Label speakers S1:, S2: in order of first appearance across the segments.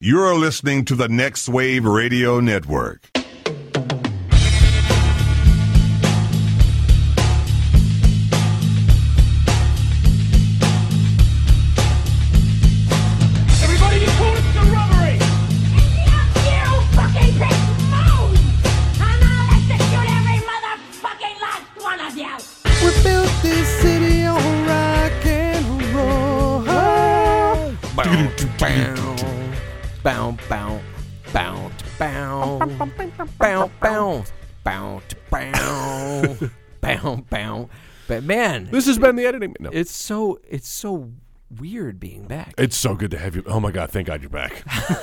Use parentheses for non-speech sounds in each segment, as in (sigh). S1: You're listening to the Next Wave Radio Network.
S2: Everybody, you call it the robbery!
S3: We built this city on rock and roll. Bow, bow, bow, bow, bow, bow, bow, bow, bow, bow. But man,
S4: This has been the editing. No.
S3: it's so it's so weird being back.
S4: It's so good to have you. Oh my God! Thank God you're back.
S3: (laughs)
S4: (laughs)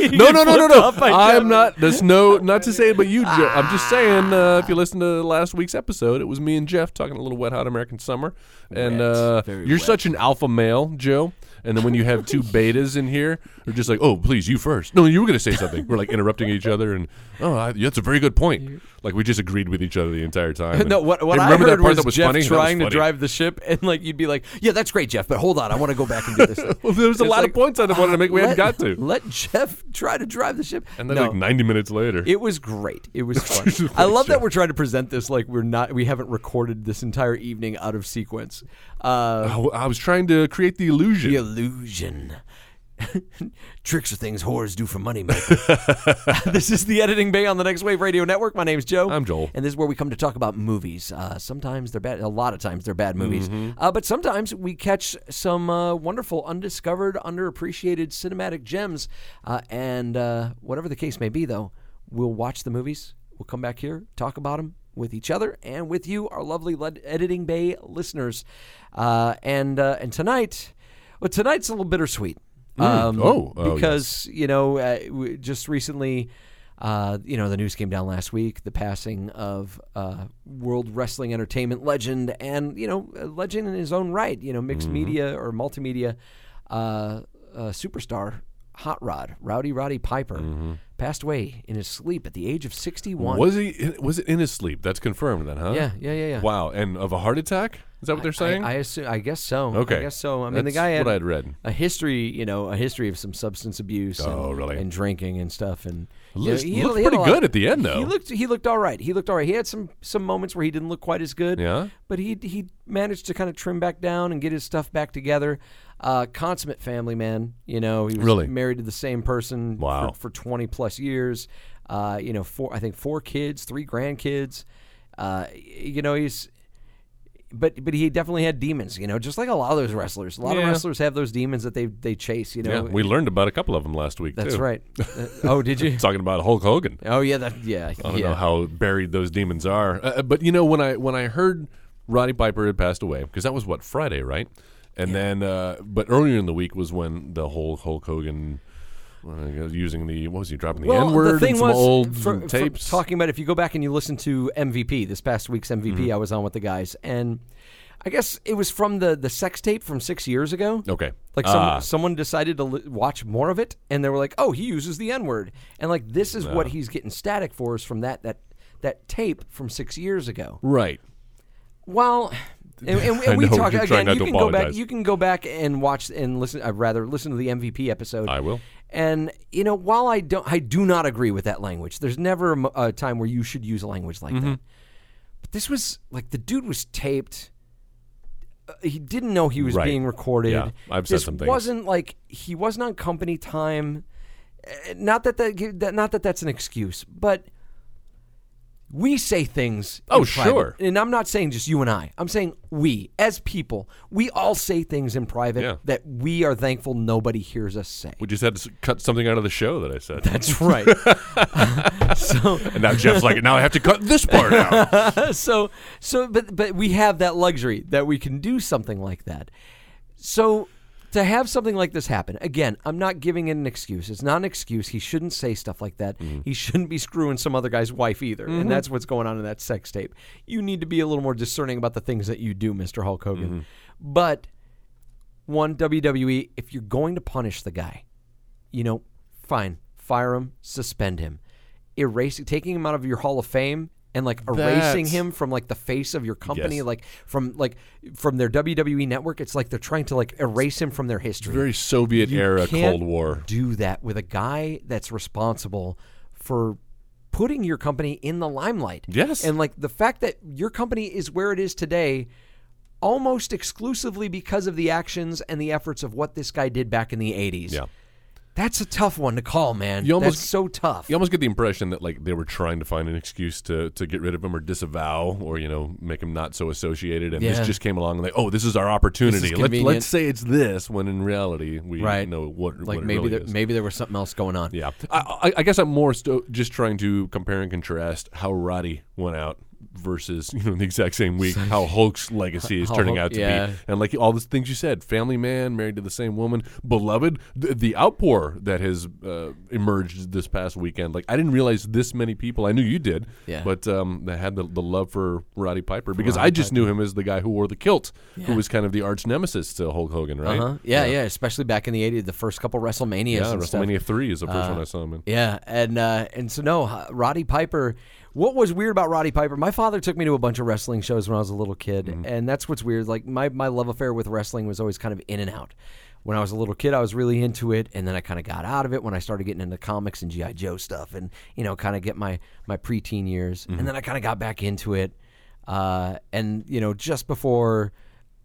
S4: no, no, no, no, no.
S3: upside
S4: I'm not. There's no. Not to say it, but you. Jeff. I'm
S3: Ah.
S4: just saying. Uh, if you listen to last week's episode, it was me and Jeff talking a little wet hot American summer, and
S3: Wet,
S4: uh,
S3: very
S4: you're
S3: wet.
S4: such an alpha male, Joe. And then when you have
S3: (laughs)
S4: two betas in here, they're just like, "Oh, please, you first. No, you were going to say something. We're like interrupting each other, and oh, I, that's a very good point. Like we just agreed with each other the entire time.
S3: (laughs) No,
S4: And-
S3: what, what
S4: and
S3: I
S4: remember
S3: heard
S4: that part
S3: was,
S4: that was
S3: Jeff
S4: funny? That was
S3: trying to
S4: funny.
S3: drive the ship, and like you'd be like, "Yeah, that's great, Jeff, but hold on, I want to go back and do
S4: (laughs)
S3: this."
S4: Well, there was a
S3: It's
S4: lot
S3: like,
S4: of points I wanted to make. We
S3: let,
S4: hadn't got to.
S3: Let Jeff try to drive the ship.
S4: And then
S3: no,
S4: like 90 minutes later,
S3: it was great. It
S4: (laughs)
S3: was fun. I love that we're trying to present this like we're not. We haven't recorded this entire evening out of sequence. Uh,
S4: (laughs) I w- I was trying to create the illusion.
S3: the illusion. (laughs) Tricks are things whores do for money, Michael. (laughs) this is the editing bay on the Next Wave Radio Network. My name's Joe.
S4: I'm Joel.
S3: And this is where we come to talk about movies. Uh, sometimes they're bad. A lot of times they're bad movies.
S4: Mm-hmm.
S3: Uh, but sometimes we catch some uh, wonderful, undiscovered, underappreciated cinematic gems. Uh, and uh, whatever the case may be, though, we'll watch the movies. We'll come back here, talk about them with each other and with you, our lovely led- Editing Bay listeners. Uh, and uh, and tonight, well, tonight's a little bittersweet. Um,
S4: Oh, oh,
S3: because because you know uh, w- just recently uh, you know the news came down last week the passing of uh, world wrestling entertainment legend and you know a legend in his own right you know mixed
S4: Mm-hmm.
S3: media or multimedia uh, uh, superstar hot rod rowdy roddy piper passed away in his sleep at the age of 61
S4: Mm-hmm. Was he? Was it in his sleep? That's confirmed, then, huh?
S3: Yeah, yeah, yeah, yeah.
S4: Wow, and of a heart attack? Is that what they're saying?
S3: I, I assume. I guess so. I
S4: Okay.
S3: guess so. I mean, the
S4: That's
S3: guy had
S4: what I'd read.
S3: a history, you know, a history of some substance abuse.
S4: Oh,
S3: and,
S4: really?
S3: And drinking and stuff. And you
S4: Looks-
S3: know, he had-
S4: looked
S3: he had a
S4: pretty
S3: lot-
S4: good at the end,
S3: He
S4: though.
S3: looked. He looked all right. He looked all right. He had some some moments where he didn't look quite as good.
S4: Yeah?
S3: But he he managed to kind of trim back down and get his stuff back together. Uh, consummate family man. You know, he was
S4: Really?
S3: married to the same person.
S4: Wow.
S3: For, for 20 plus years. Uh, you know, four I think four kids, three grandkids. Uh, y- you know, he's but but he definitely had demons, you know, just like a lot of those wrestlers. A lot of
S4: Yeah.
S3: wrestlers have those demons that they they chase, you know.
S4: yeah, we learned about a couple of them last week.
S3: That's
S4: too. (laughs)
S3: right. Uh, oh, did you?
S4: Talking (laughs) about Hulk Hogan.
S3: Oh yeah, that yeah.
S4: I don't
S3: yeah.
S4: know how buried those demons are, Uh, uh, but you know when I when I heard Roddy Piper had passed away because that was what Friday, right? And then, uh, but earlier in the week was when the whole Hulk Hogan uh, using the what was he dropping the N word and some old
S3: for- for
S4: tapes.
S3: talking about if you go back and you listen to MVP this past week's MVP,
S4: Mm-hmm.
S3: I was on with the guys, and I guess it was from the the sex tape from six years ago.
S4: Okay.
S3: like some,
S4: Ah.
S3: someone decided to li- watch more of it, and they were like, "Oh, he uses the N word," and like this is what he's getting static for is from that that that tape from six years ago.
S4: right?
S3: Well, and, and,
S4: (laughs) I
S3: and we
S4: know,
S3: talk
S4: you're
S3: again.
S4: trying not
S3: You
S4: to
S3: can go back.
S4: apologize.
S3: You can go back and watch and listen. I'd rather listen to the MVP episode.
S4: I will.
S3: And you know, while I don't, I do not agree with that language. There's never a, mo- a time where you should use language like
S4: Mm-hmm.
S3: that. But this was like the dude was taped. Uh, he didn't know he was
S4: Right.
S3: being recorded.
S4: Yeah, I've said
S3: This
S4: some things.
S3: Wasn't like he wasn't on company time. Uh, Not that that, gi- that not that that's an excuse, but we say things. in
S4: Oh,
S3: private.
S4: sure.
S3: And I'm not saying just you and I. I'm saying we, as people, we all say things in private
S4: Yeah.
S3: that we are thankful nobody hears us say.
S4: We just had to s- cut something out of the show that I said.
S3: That's right. so,
S4: and now Jeff's like, now I have to cut this
S3: (laughs)
S4: part out.
S3: so, so, but, but we have that luxury that we can do something like that. So, to have something like this happen again, I'm not giving it an excuse. It's not an excuse. He shouldn't say stuff like that. He shouldn't be screwing some other guy's wife either. And that's what's going on in that sex tape. You need to be a little more discerning about the things that you do, Mister Hulk Hogan. But one WWE, if you're going to punish the guy, you know, fine, fire him, suspend him, erase taking him out of your Hall of Fame and like erasing
S4: That's-
S3: him from like the face of your company,
S4: Yes.
S3: like from like from their WWE network. It's like they're trying to like erase him from their history.
S4: Very Soviet
S3: You
S4: era
S3: can't
S4: Cold War.
S3: Do that with a guy that's responsible for putting your company in the limelight.
S4: Yes.
S3: And like the fact that your company is where it is today almost exclusively because of the actions and the efforts of what this guy did back in the 80s.
S4: Yeah.
S3: That's a tough one to call, man.
S4: You almost-
S3: that's so tough.
S4: You almost get the impression that like they were trying to find an excuse to to get rid of him or disavow or you know make him not so associated, and
S3: Yeah.
S4: this just came along and like, oh, this is our opportunity. let's,
S3: convenient.
S4: let's say it's this when in reality we
S3: Right.
S4: know what
S3: like
S4: what
S3: maybe
S4: it really
S3: there,
S4: is.
S3: maybe there was something else going on.
S4: Yeah, I, I, I guess I'm more sto- just trying to compare and contrast how Roddy went out versus you know the exact same week how Hulk's legacy is
S3: How
S4: turning
S3: Hulk-
S4: out to
S3: yeah.
S4: be, and like all the things you said, family man, married to the same woman, beloved, the, the outpour that has uh, emerged this past weekend. Like I didn't realize this many people. I knew you did,
S3: Yeah.
S4: but um, that had the, the love for Roddy Piper because I just knew him as the guy who wore the kilt, who was kind of the arch nemesis to Hulk Hogan, right?
S3: Uh-huh. Yeah, yeah, especially back in the 80s, the first couple WrestleManias
S4: Yeah,
S3: and stuff. Uh,
S4: WrestleMania three is the first one I saw him in.
S3: Yeah, and uh, and so no, uh, Roddy Piper. What was weird about Roddy Piper? My father took me to a bunch of wrestling shows when I was a little kid,
S4: Mm-hmm.
S3: and that's what's weird. Like my my love affair with wrestling was always kind of in and out. When I was a little kid, I was really into it, and then I kind of got out of it when I started getting into comics and GI Joe stuff, and you know, kind of get my my preteen years,
S4: Mm-hmm.
S3: and then I kind of got back into it. Uh, and you know, just before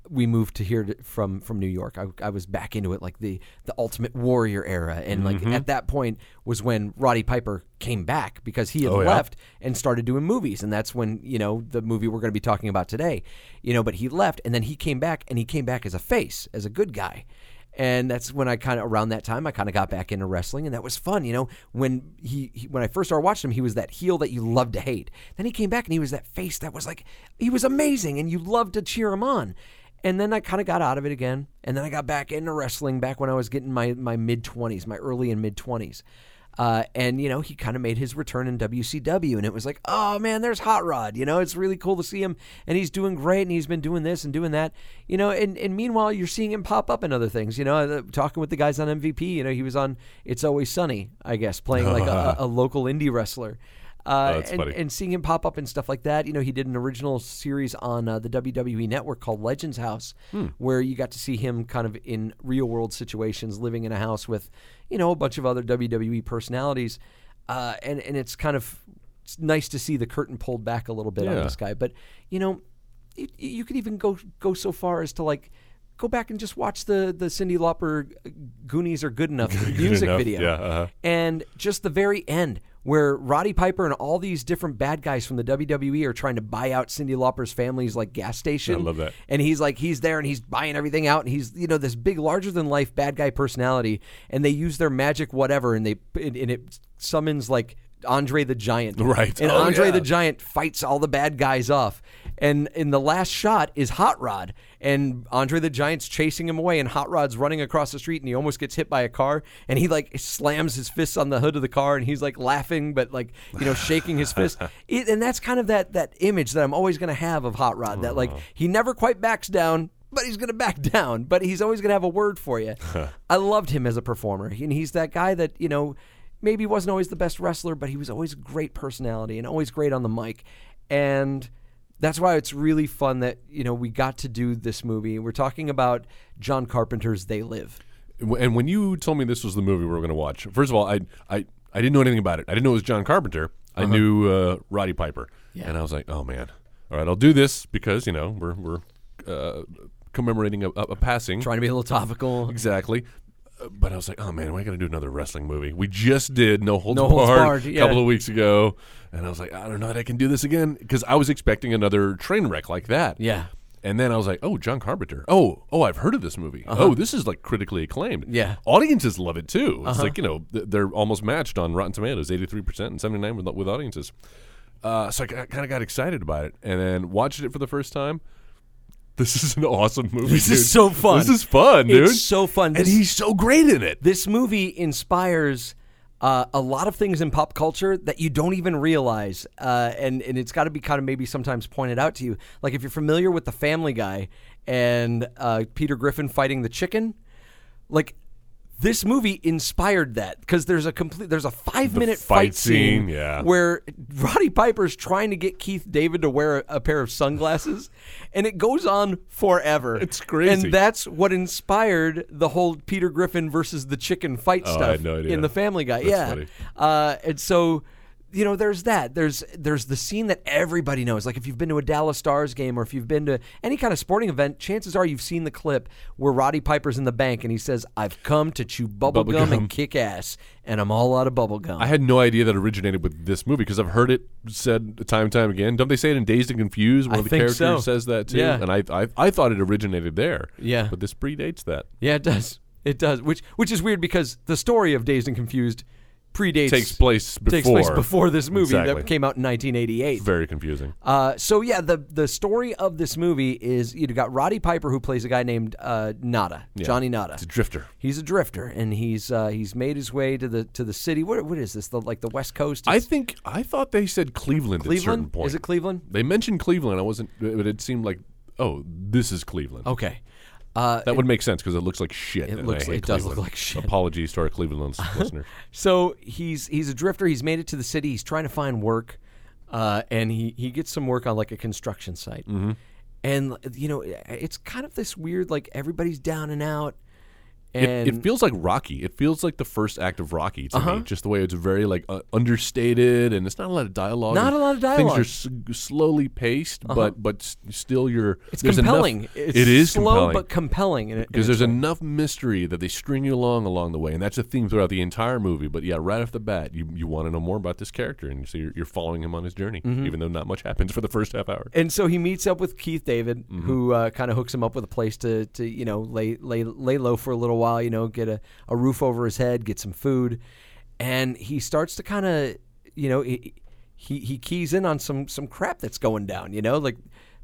S3: we moved to here to, from from New York. I, I was back into it like the the Ultimate Warrior era, and like at that point was when Roddy Piper came back because he had
S4: yeah.
S3: left and started doing movies, and that's when you know the movie we're going to be talking about today, you know. But he left, and then he came back, and he came back as a face, as a good guy. And that's when I kind of around that time I kind of got back into wrestling, and that was fun, you know. When he, he when I first started watching him, he was that heel that you loved to hate. Then he came back and he was that face that was like he was amazing, and you loved to cheer him on. And then I kind of got out of it again. And then I got back into wrestling back when I was getting my, my mid 20s, my early and mid 20s. Uh, and, you know, he kind of made his return in WCW. And it was like, oh, man, there's Hot Rod. You know, it's really cool to see him. And he's doing great. And he's been doing this and doing that. You know, and, and meanwhile, you're seeing him pop up in other things. You know, uh, talking with the guys on MVP. You know, he was on It's Always Sunny, I guess, playing like
S4: (laughs)
S3: a, a local indie wrestler. Uh,
S4: Oh, that's
S3: and,
S4: funny.
S3: and seeing him pop up and stuff like that. You know, he did an original series on uh, the WWE network called Legends House,
S4: Hmm.
S3: where you got to see him kind of in real world situations, living in a house with, you know, a bunch of other WWE personalities, uh, and and it's kind of it's nice to see the curtain pulled back a little bit on
S4: Yeah.
S3: this guy. But you know, you, you could even go go so far as to like. Go back and just watch the the Cindy Lauper Goonies are good enough
S4: (laughs)
S3: music
S4: Enough,
S3: video
S4: yeah, uh-huh.
S3: and just the very end where Roddy Piper and all these different bad guys from the WWE are trying to buy out Cindy Lauper's family's like gas station. I
S4: love that.
S3: And he's like he's there and he's buying everything out and he's you know this big larger than life bad guy personality and they use their magic whatever and they and, and it summons like Andre the Giant.
S4: Right.
S3: And
S4: Oh,
S3: Andre
S4: yeah.
S3: the Giant fights all the bad guys off. And in the last shot is Hot Rod, and Andre the Giant's chasing him away, and Hot Rod's running across the street, and he almost gets hit by a car, and he like slams his fists on the hood of the car, and he's like laughing, but like you know shaking his fist, it, and that's kind of that that image that I'm always gonna have of Hot Rod, that like he never quite backs down, but he's going to back (laughs) down. But he's always going to have a word for you. I loved him as a performer, and he's that guy that you know maybe wasn't always the best wrestler, but he was always a great personality and always great on the mic. And that's why it's really fun that you know we got to do this movie. We're talking about John Carpenter's They Live.
S4: W- And when you told me this was the movie we were going to watch, first of all, I, I I didn't know anything about it. I didn't know it was John Carpenter. I knew uh, Roddy Piper, and I was like, oh man, all right, I'll do this because you know we're we're uh, commemorating a, a, a passing.
S3: Trying to be a little topical.
S4: Exactly. Uh, But I was like, oh man, we're gonna do another wrestling movie. We just did No Holds
S3: No Holds
S4: Barred,
S3: Barred,
S4: a
S3: yeah.
S4: couple of weeks ago, and I was like, I don't know that I can do this again because I was expecting another train wreck like that.
S3: Yeah.
S4: And then I was like, oh, John Carpenter. Oh, oh, I've heard of this movie. Oh, this is like critically acclaimed.
S3: Uh-huh. Yeah. Uh-huh.
S4: Audiences love it too. It's like, you know, th- they're almost matched on Rotten Tomatoes, 83% and 79 with, with audiences. Uh, so I kind of got excited about it and then watched it for the first time. This is an awesome movie.
S3: This is
S4: dude.
S3: so fun.
S4: This is fun, dude.
S3: It's so fun.
S4: And
S3: This-
S4: he's so great in it.
S3: this movie inspires uh, a lot of things in pop culture that you don't even realize, uh, and and it's got to be kind of maybe sometimes pointed out to you. Like if you're familiar with the Family Guy and uh, Peter Griffin fighting the chicken, like This movie inspired that because there's a complete there's a five minute
S4: fight
S3: fight scene,
S4: scene, yeah.
S3: where Roddy Piper's trying to get Keith David to wear a, a pair of sunglasses, and it goes on forever.
S4: It's crazy.
S3: and that's what inspired the whole Peter Griffin versus the chicken fight
S4: Oh, I
S3: stuff
S4: had no idea.
S3: in the Family Guy. yeah,
S4: funny.
S3: Uh, and so you know, there's that. There's there's the scene that everybody knows. Like if you've been to a Dallas Stars game or if you've been to any kind of sporting event, chances are you've seen the clip where Roddy Piper's in the bank and he says, "I've come to chew bubble,
S4: Bubble
S3: gum,
S4: gum.
S3: and kick ass, and I'm all out of bubble gum."
S4: I had no idea that originated with this movie because I've heard it said time and time again. Don't they say it in Dazed and Confused? One
S3: I
S4: of the
S3: think
S4: characters
S3: so.
S4: says that too,
S3: Yeah.
S4: and I, I I thought it originated there.
S3: Yeah.
S4: but this predates that.
S3: yeah, it does. It does. Which which is weird because the story of Dazed and Confused predates
S4: Takes place before.
S3: takes place before this movie
S4: Exactly.
S3: that came out in 1988.
S4: Very confusing.
S3: Uh, so yeah, the the story of this movie is you got Roddy Piper who plays a guy named uh, Nada, Johnny Nada.
S4: It's a drifter.
S3: He's a drifter, and he's uh, he's made his way to the to the city. What what is this? The like the West Coast?
S4: I
S3: It's
S4: think I thought they said Cleveland. At certain
S3: Cleveland.
S4: point.
S3: Is it Cleveland?
S4: They mentioned Cleveland. I wasn't, but it seemed like oh, this is Cleveland.
S3: Okay. Uh,
S4: That would make sense because it looks like shit. and I
S3: looks-
S4: hate
S3: Oh, it does look
S4: Cleveland.
S3: like shit.
S4: Apologies to
S3: (laughs)
S4: our Cleveland lis- listeners.
S3: so he's he's a drifter. He's made it to the city. He's trying to find work, uh, and he he gets some work on like a construction site.
S4: Mm-hmm.
S3: And you know, it's kind of this weird like everybody's down and out. And Uh-huh.
S4: It, it feels like Rocky. It feels like the first act of Rocky to me. Just the way it's very like uh, understated, and it's not a lot of dialogue.
S3: Not
S4: and
S3: a lot of dialogue. Uh-huh.
S4: Things are s- slowly paced, but but s- still you're.
S3: it's
S4: there's enough-
S3: compelling. it's
S4: it is
S3: slow
S4: compelling.
S3: but compelling. And it,
S4: because there's enough mystery that they string you along along the way, and that's a theme throughout the entire movie. But yeah, right off the bat, you, you want to know more about this character, and so you're, you're following him on his journey,
S3: Mm-hmm.
S4: even though not much happens for the first half hour.
S3: and so he meets up with Keith David,
S4: Mm-hmm.
S3: who uh, kind of hooks him up with a place to, to you know lay lay lay low for a little while, you know, get a, a roof over his head, get some food, and he starts to kind of you know he, he he keys in on some some crap that's going down, you know, like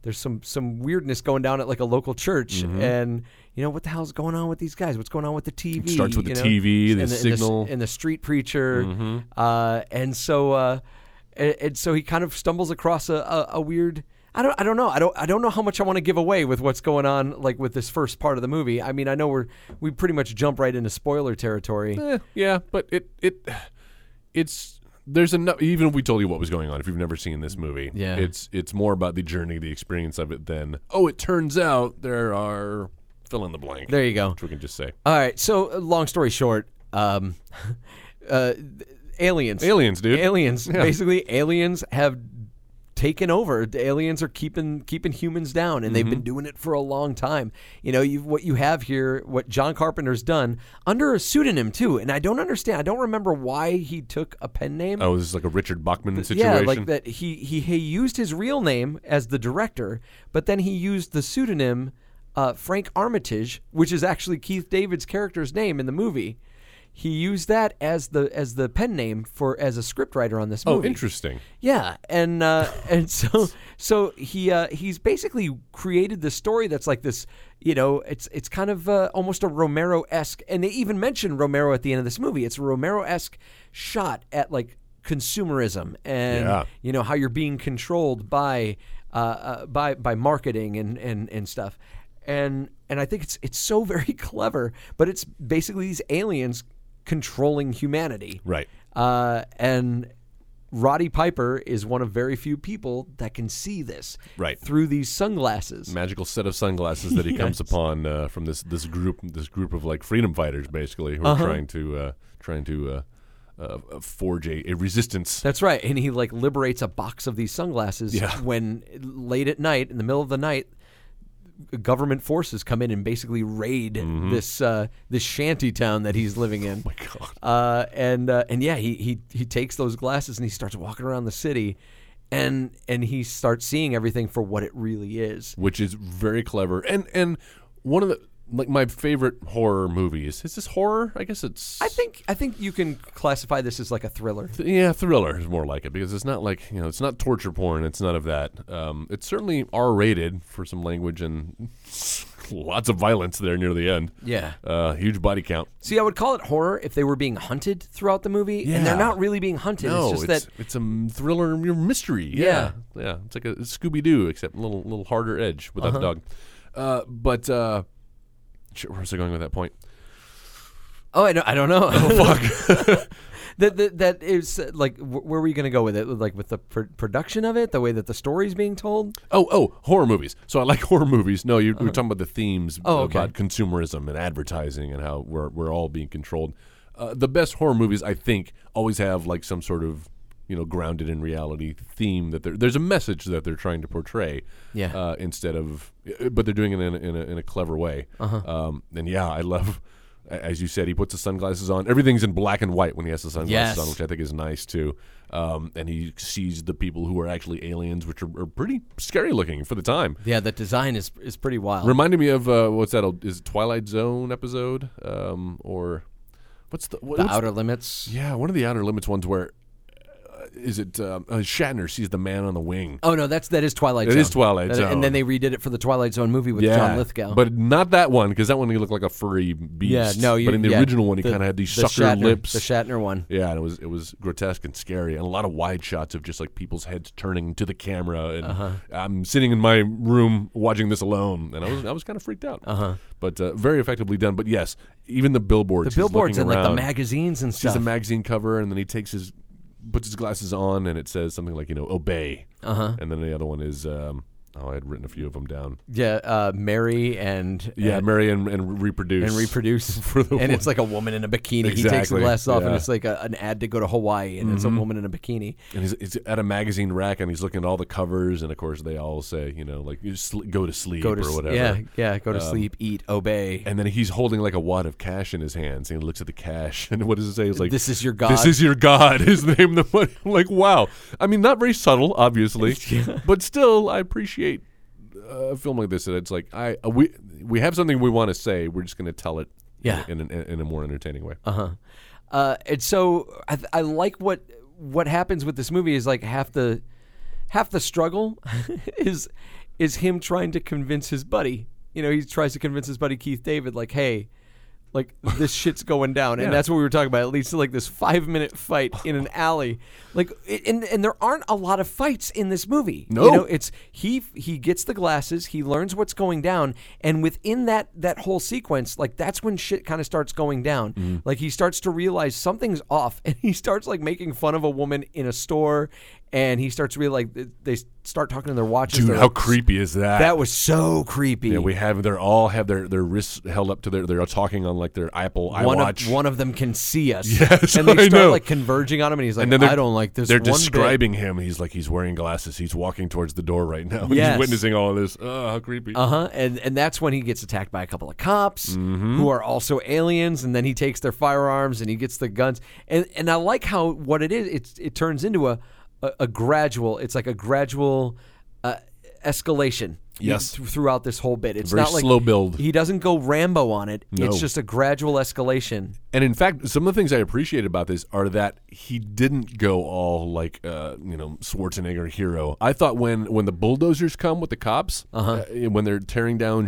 S3: there's some some weirdness going down at like a local church,
S4: Mm-hmm.
S3: and you know what the hell's going on with these guys? What's going on with the TV?
S4: starts with
S3: you
S4: the
S3: know?
S4: TV, the
S3: And and s-
S4: signal.
S3: and the street preacher, uh, and so uh, and, and so he kind of stumbles across a, a, a weird. I don't, I don't know. I don't, I don't know how much I want to give away with what's going on, like with this first part of the movie. I mean, I know we're we pretty much jump right into spoiler territory.
S4: Eh, yeah, but it it it's there's enough. Even if we told you what was going on, if you've never seen this movie,
S3: Yeah.
S4: it's it's more about the journey, the experience of it. Than oh, it turns out there are fill in the blank.
S3: There you go.
S4: which we can just say
S3: All right. So, uh, long story short, um, (laughs) uh, th- aliens.
S4: aliens, dude.
S3: Aliens. Basically, aliens have taken over. The aliens are keeping keeping humans down, and
S4: Mm-hmm.
S3: they've been doing it for a long time. You know, you what you have here, what John Carpenter's done under a pseudonym too, and I don't understand. I don't remember why he took a pen name.
S4: Oh, this is like a Richard Bachman situation.
S3: Yeah, like that. He, he he used his real name as the director, but then he used the pseudonym uh, Frank Armitage, which is actually Keith David's character's name in the movie. He used that as the as the pen name for as a scriptwriter on this
S4: Oh,
S3: movie.
S4: interesting.
S3: Yeah, and uh, (laughs) and so so he uh, he's basically created this story that's like this. You know, it's it's kind of uh, almost a Romero esque, and they even mention Romero at the end of this movie. It's a Romero esque shot at like consumerism and
S4: Yeah.
S3: you know how you're being controlled by uh, uh, by by marketing and and and stuff. And and I think it's it's so (laughs) very clever, but it's basically these aliens controlling humanity.
S4: Right.
S3: Uh, and Roddy Piper is one of very few people that can see this
S4: Right.
S3: through these sunglasses.
S4: magical set of sunglasses
S3: (laughs)
S4: that he comes upon uh, from this this group this group of like freedom fighters basically who are
S3: Uh-huh.
S4: trying to uh, trying to uh, uh, forge a, a resistance.
S3: That's right. And he like liberates a box of these sunglasses
S4: Yeah.
S3: when late at night, in the middle of the night, government forces come in and basically raid this uh, this shanty town that he's living in. (laughs) Oh my god. Uh, and uh, and yeah, he, he he takes those glasses and he starts walking around the city and and he starts seeing everything for what it really is.
S4: which is very clever. And and one of the like my favorite horror movies is this horror. I guess it's
S3: I think I think you can classify this as like a thriller.
S4: th- yeah thriller is more like it because it's not like you know it's not torture porn. It's none of that. Um, it's certainly R rated for some language and (laughs) lots of violence there near the end.
S3: Yeah.
S4: uh, huge body count.
S3: See, I would call it horror if they were being hunted throughout the movie, and they're
S4: Yeah.
S3: not really being hunted.
S4: No,
S3: it's just
S4: it's,
S3: that
S4: it's a m- thriller m- mystery. Yeah, yeah, It's like a Scooby Doo, except a little little harder edge without
S3: Uh-huh.
S4: the dog. Uh, but uh, shit, where was I going with that point?
S3: Oh, I don't, I (laughs) don't know. Oh, fuck. that, that that is uh, like wh- where were you going to go with it? Like with the pr- production of it, the way that the story's being told.
S4: Oh, oh, horror movies. So I like (laughs) horror movies. No, you, we're talking about the themes
S3: Uh-huh. Oh, okay.
S4: about consumerism and advertising and how we're we're all being controlled. Uh, the best horror movies, I think, always have like some sort of you know grounded in reality theme that they're, there's a message that they're trying to portray.
S3: Yeah.
S4: Uh, instead of, uh, but they're doing it in a, in a, in a clever way. Uh-huh. Um, and yeah, I love. a- As you said, he puts the sunglasses on. Everything's in black and white when he has the sunglasses
S3: Yes.
S4: on, which I think is nice too. Um, and he sees the people who are actually aliens, which are, are pretty scary looking for the time.
S3: Yeah, the design is is pretty wild.
S4: Reminded me of uh, what's that? old- Is it Twilight Zone episode um, or what's the, what,
S3: the
S4: what's-
S3: outer limits.
S4: Yeah, one of the Outer Limits ones where uh, is it um, uh, Shatner sees the man on the wing.
S3: Oh no, that's that is Twilight.
S4: It
S3: Zone.
S4: is Twilight
S3: That-
S4: Zone.
S3: and then they redid it for the Twilight Zone movie with
S4: yeah,
S3: John Lithgow.
S4: but not that one because that one he looked like a furry beast.
S3: yeah, no, you,
S4: but in the
S3: yeah,
S4: original one he
S3: the-
S4: kind of had these
S3: the
S4: sucker
S3: Shatner-
S4: lips.
S3: The Shatner one.
S4: Yeah, and it was it was grotesque and scary, and a lot of wide shots of just like people's heads turning to the camera. And
S3: Uh-huh.
S4: I'm sitting in my room watching this alone, and I was I was kind of freaked out. Uh-huh. But uh, very effectively done. But yes, even the billboards,
S3: The billboards
S4: he's
S3: and
S4: looking
S3: like the
S4: around,
S3: magazines and
S4: sees
S3: stuff.
S4: the magazine cover, and then he takes his puts his glasses on, and it says something like you know obey. Uh-huh. And then the other one is um, oh I had written a few of them down.
S3: yeah, uh, Mary and
S4: Yeah,
S3: and,
S4: marry and, and reproduce
S3: and
S4: (laughs)
S3: reproduce.
S4: the
S3: and it's like a woman in a bikini. He takes the
S4: Exactly,
S3: glasses off, and
S4: yeah. Mm-hmm.
S3: it's like a, an ad to go to Hawaii, and it's a woman in a bikini.
S4: And he's, he's at a magazine rack and he's looking at all the covers, and of course they all say, you know, like you sl- go to sleep
S3: Go to
S4: or
S3: s-
S4: whatever. Um,
S3: yeah, yeah. Go to sleep, eat, obey.
S4: And then he's holding like a wad of cash in his hands, and he looks at the cash, (laughs) and what does it say? It's like
S3: This is your God.
S4: This is your God. (laughs) His name, the money. I'm like, wow. I mean, not very subtle,
S3: (laughs)
S4: obviously, but still, I appreciate uh, a film like this. That it's like I uh, we we have something we want to say. We're just going to tell it,
S3: Yeah.
S4: in, in, in a more entertaining way.
S3: Uh, and so I, I like what what happens with this movie is like half the half the struggle (laughs) is is him trying to convince his buddy. You know, he tries to convince his buddy Keith David, like, hey, like this shit's going down, and that's what we were talking about. At least like this five minute fight in
S4: (sighs)
S3: an alley, like, it- and and there aren't a lot of fights in this movie.
S4: No.
S3: you know, it's he he gets the glasses, he learns what's going down, and within that that whole sequence, like that's when shit kind of starts going down.
S4: Mm-hmm.
S3: Like he starts to realize something's off, (laughs) and he starts like making fun of a woman in a store, and he starts really like th- they start talking to their watches.
S4: Dude,
S3: They're
S4: how
S3: like,
S4: creepy is that?
S3: That was so creepy.
S4: Yeah, we have. They all have their, their wrists held up to their. They're talking on like their Apple
S3: one
S4: iWatch.
S3: of one of them can see us.
S4: (laughs) Yes,
S3: and they
S4: I
S3: start
S4: know.
S3: like converging on him, and he's like,
S4: and then they're-
S3: "I don't like this."
S4: They're
S3: one bit."
S4: describing him. He's like he's wearing glasses. He's walking towards the door right now. (laughs)
S3: Yes.
S4: He's witnessing all of this. Oh, how creepy!
S3: Uh huh. And and that's when he gets attacked by a couple of cops
S4: Mm-hmm.
S3: who are also aliens, and then he takes their firearms and he gets the guns. And and I like how what it is. It's it turns into a a, a gradual. It's like a gradual uh, escalation.
S4: Yes.
S3: th- throughout this whole bit, it's
S4: Very
S3: not like
S4: slow build.
S3: He doesn't go Rambo on it.
S4: No.
S3: It's just a gradual escalation.
S4: And in fact, some of the things I appreciate about this are that he didn't go all like uh, you know Schwarzenegger hero. I thought when when the bulldozers come with the cops, uh when they're tearing down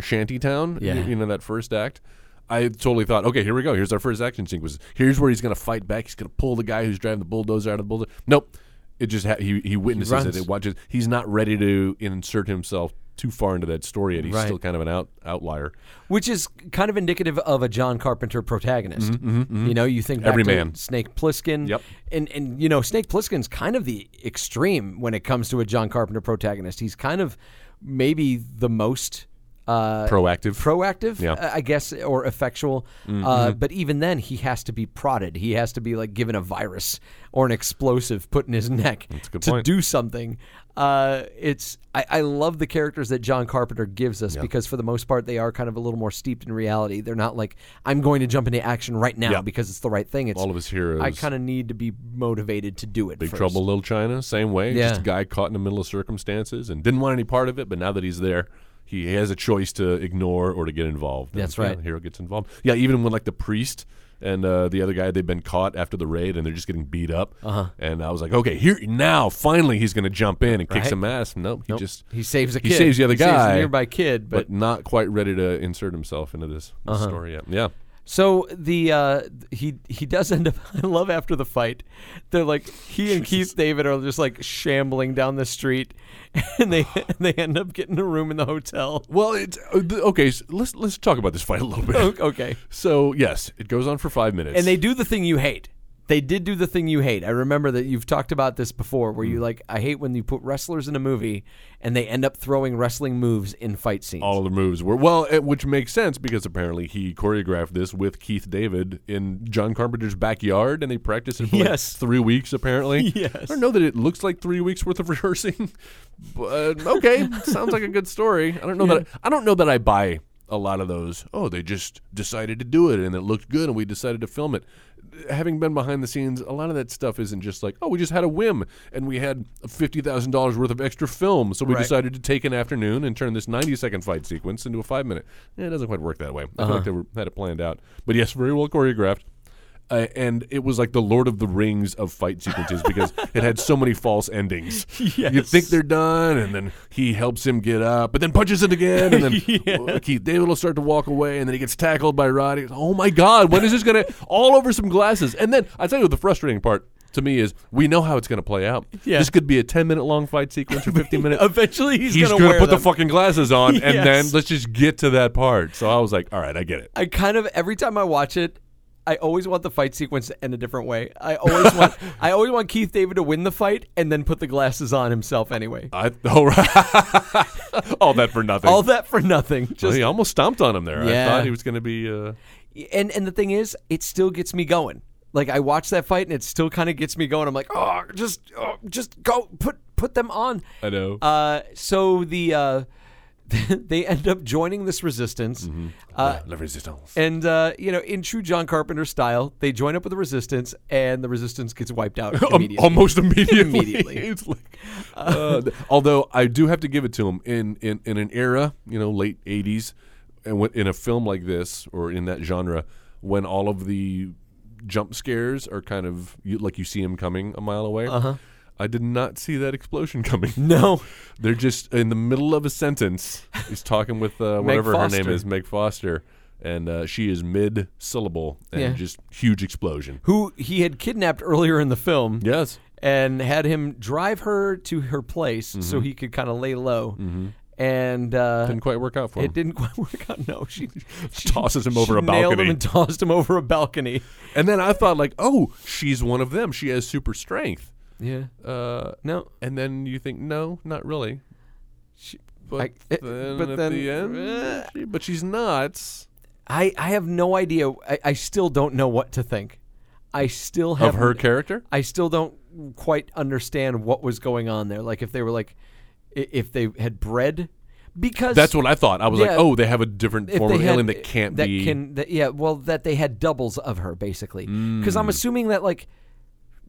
S3: Uh-huh.
S4: Shantytown,
S3: Yeah.
S4: yeah. you, know that first act. I totally thought, okay, here we go. Here's our first action sequence. Here's where he's going to fight back. He's going to pull the guy who's driving the bulldozer out of the bulldozer. Nope. It just ha- he he witnesses
S3: runs.
S4: it. It watches. He's not ready to insert himself too far into that story yet. He's
S3: Right.
S4: still kind of an out outlier.
S3: which is kind of indicative of a John Carpenter protagonist. You know, you think back
S4: Mm-hmm, Every
S3: to
S4: man.
S3: Snake Plissken,
S4: Yep.
S3: and and you know Snake Plissken's kind of the extreme when it comes to a John Carpenter protagonist. He's kind of maybe the most uh,
S4: Proactive.
S3: proactive, uh,
S4: Yeah. Mm-hmm.
S3: I- I guess, or effectual. Uh, but even then, he has to be prodded. He has to be like given a virus or an explosive put in his (laughs) neck
S4: good
S3: to
S4: point.
S3: do something. Uh, it's I, I love the characters that John Carpenter gives us because for the most part they are kind of a little more steeped in reality. They're not like I'm going to jump into action right now
S4: Yeah.
S3: because it's the right thing. It's
S4: All of his heroes.
S3: I kind of need to be motivated to do it.
S4: Big
S3: first.
S4: Trouble Little China, same way.
S3: Yeah.
S4: Just a guy caught in the middle of circumstances and didn't want any part of it, but now that he's there, he has a choice to ignore or to get involved. And,
S3: That's
S4: yeah,
S3: right.
S4: the hero gets involved. Yeah, even when like the priest and uh, the other guy, they've been caught after the raid and they're just getting beat up. Uh-huh. And I was like, okay, here now, finally, he's going to jump in and kick
S3: Right.
S4: some ass. Nope, he just
S3: He saves a
S4: he
S3: kid.
S4: saves the other
S3: He saves a
S4: guy,
S3: nearby kid, Uh-huh.
S4: but, not quite ready to insert himself into this, this story yet. Yeah,
S3: So the uh, he he does end up. (laughs) I love after the fight, they're like he and Keith David are just like shambling down the street, (laughs) and
S4: (sighs)
S3: they and they end up getting a room in the hotel. (laughs)
S4: Well, it's uh, th- okay. So let's let's talk about this fight a little bit.
S3: O- (laughs) Okay,
S4: So yes, it goes on for five minutes,
S3: and they do the thing you hate. They did do the thing you hate. I remember that you've talked about this before, where you
S4: Mm.
S3: like I hate when you put wrestlers in a movie and they end up throwing wrestling moves in fight scenes.
S4: all the moves were well, it, which makes sense because apparently he choreographed this with Keith David in John Carpenter's backyard, and they practiced it for like,
S3: Yes.
S4: three weeks. Apparently,
S3: (laughs) Yes.
S4: I don't know that it looks like three weeks worth of (laughs) rehearsing, but okay, sounds like a good story. I don't know that I, I don't know that I buy a lot of those. Oh, they just decided to do it, and it looked good, and we decided to film it. Having been behind the scenes, a lot of that stuff isn't just like, oh, we just had a whim and we had fifty thousand dollars worth of extra film, so we
S3: Right.
S4: decided decided to take an afternoon and turn this 90 second fight sequence into a five minute. Eh, it doesn't quite work that way. I
S3: Uh-huh.
S4: feel like they were, had it planned out. But yes, very well choreographed. Uh, and it was like the Lord of the Rings of fight sequences because it had so many false
S3: (laughs)
S4: endings. You think they're done, and then he helps him get up, but then punches it
S3: (laughs)
S4: again, and then uh, Keith David will start to walk away, and then he gets tackled by Roddy. Oh my God, when is this going to? All over some glasses. And then I tell you what the frustrating part to me is we know how it's going to play out.
S3: Yeah.
S4: This could be a 10 minute long fight
S3: (laughs)
S4: sequence or 15 minute
S3: Eventually, he's,
S4: he's
S3: gonna,
S4: gonna
S3: wear
S4: put
S3: them.
S4: the fucking glasses on, and then
S3: Yes.
S4: let's just get to that part. So I was like, all right, I get it.
S3: I kind of every time I watch it, I always want the fight sequence to end a different way. I always want I always want Keith David to win the fight and then put the glasses on himself anyway.
S4: I (laughs) all right, all that for nothing.
S3: All that for nothing.
S4: Well,
S3: Just
S4: he almost stomped on him there. I
S3: Yeah.
S4: thought he was gonna be. Uh,
S3: and and the thing is, it still gets me going. Like I watch that fight and it still kind of gets me going. I'm like, oh, just oh, just go put put them on.
S4: I know.
S3: Uh, so the uh, (laughs) they end up joining this resistance. Uh,
S4: La Resistance.
S3: And uh, you know, in true John Carpenter style, they join up with the resistance, and the resistance gets wiped
S4: (laughs)
S3: out
S4: Um,
S3: immediately.
S4: almost immediately.
S3: Immediately.
S4: (laughs) It's like- uh, th- although I do have to give it to him in in, in an era, you know, late '80s, and when, in a film like this or in that genre, when all of the jump scares are kind of you, like you see him coming a mile away. Uh-huh. I did not see that explosion (laughs) coming.
S3: No,
S4: They're just in the middle of a sentence. He's talking with uh, (laughs) whatever her name
S3: Foster.
S4: is, Meg Foster, and uh, she is mid syllable and
S3: Yeah.
S4: just huge explosion.
S3: who he had kidnapped earlier in the film,
S4: Yes.
S3: and had him drive her to her place so he could kind of lay low, and uh,
S4: Didn't Mm-hmm. quite work out for him. (laughs)
S3: it didn't quite (laughs) work out. No, she, she
S4: Tosses him over
S3: she
S4: a
S3: nailed
S4: balcony.
S3: him and (laughs) tossed him over a balcony.
S4: And then I thought, like, oh, she's one of them. She has super strength.
S3: Yeah,
S4: Uh,
S3: no,
S4: and then you think, no, not really. She, but,
S3: I- eh,
S4: then
S3: but
S4: at
S3: then-
S4: the
S3: (laughs)
S4: end,
S3: eh.
S4: she- but she's not
S3: I I have no idea. I, I still don't know what to think. I still have
S4: of her character.
S3: I still don't quite understand what was going on there. Like if they were like, i- if they had bred, because
S4: That's what I thought. I was like,
S3: Yeah.
S4: oh, they have a different
S3: if
S4: form
S3: they
S4: of
S3: had,
S4: alien that can't
S3: that
S4: be.
S3: Can, that, yeah, well, that they had doubles of her basically. Because
S4: Mm.
S3: I'm assuming that like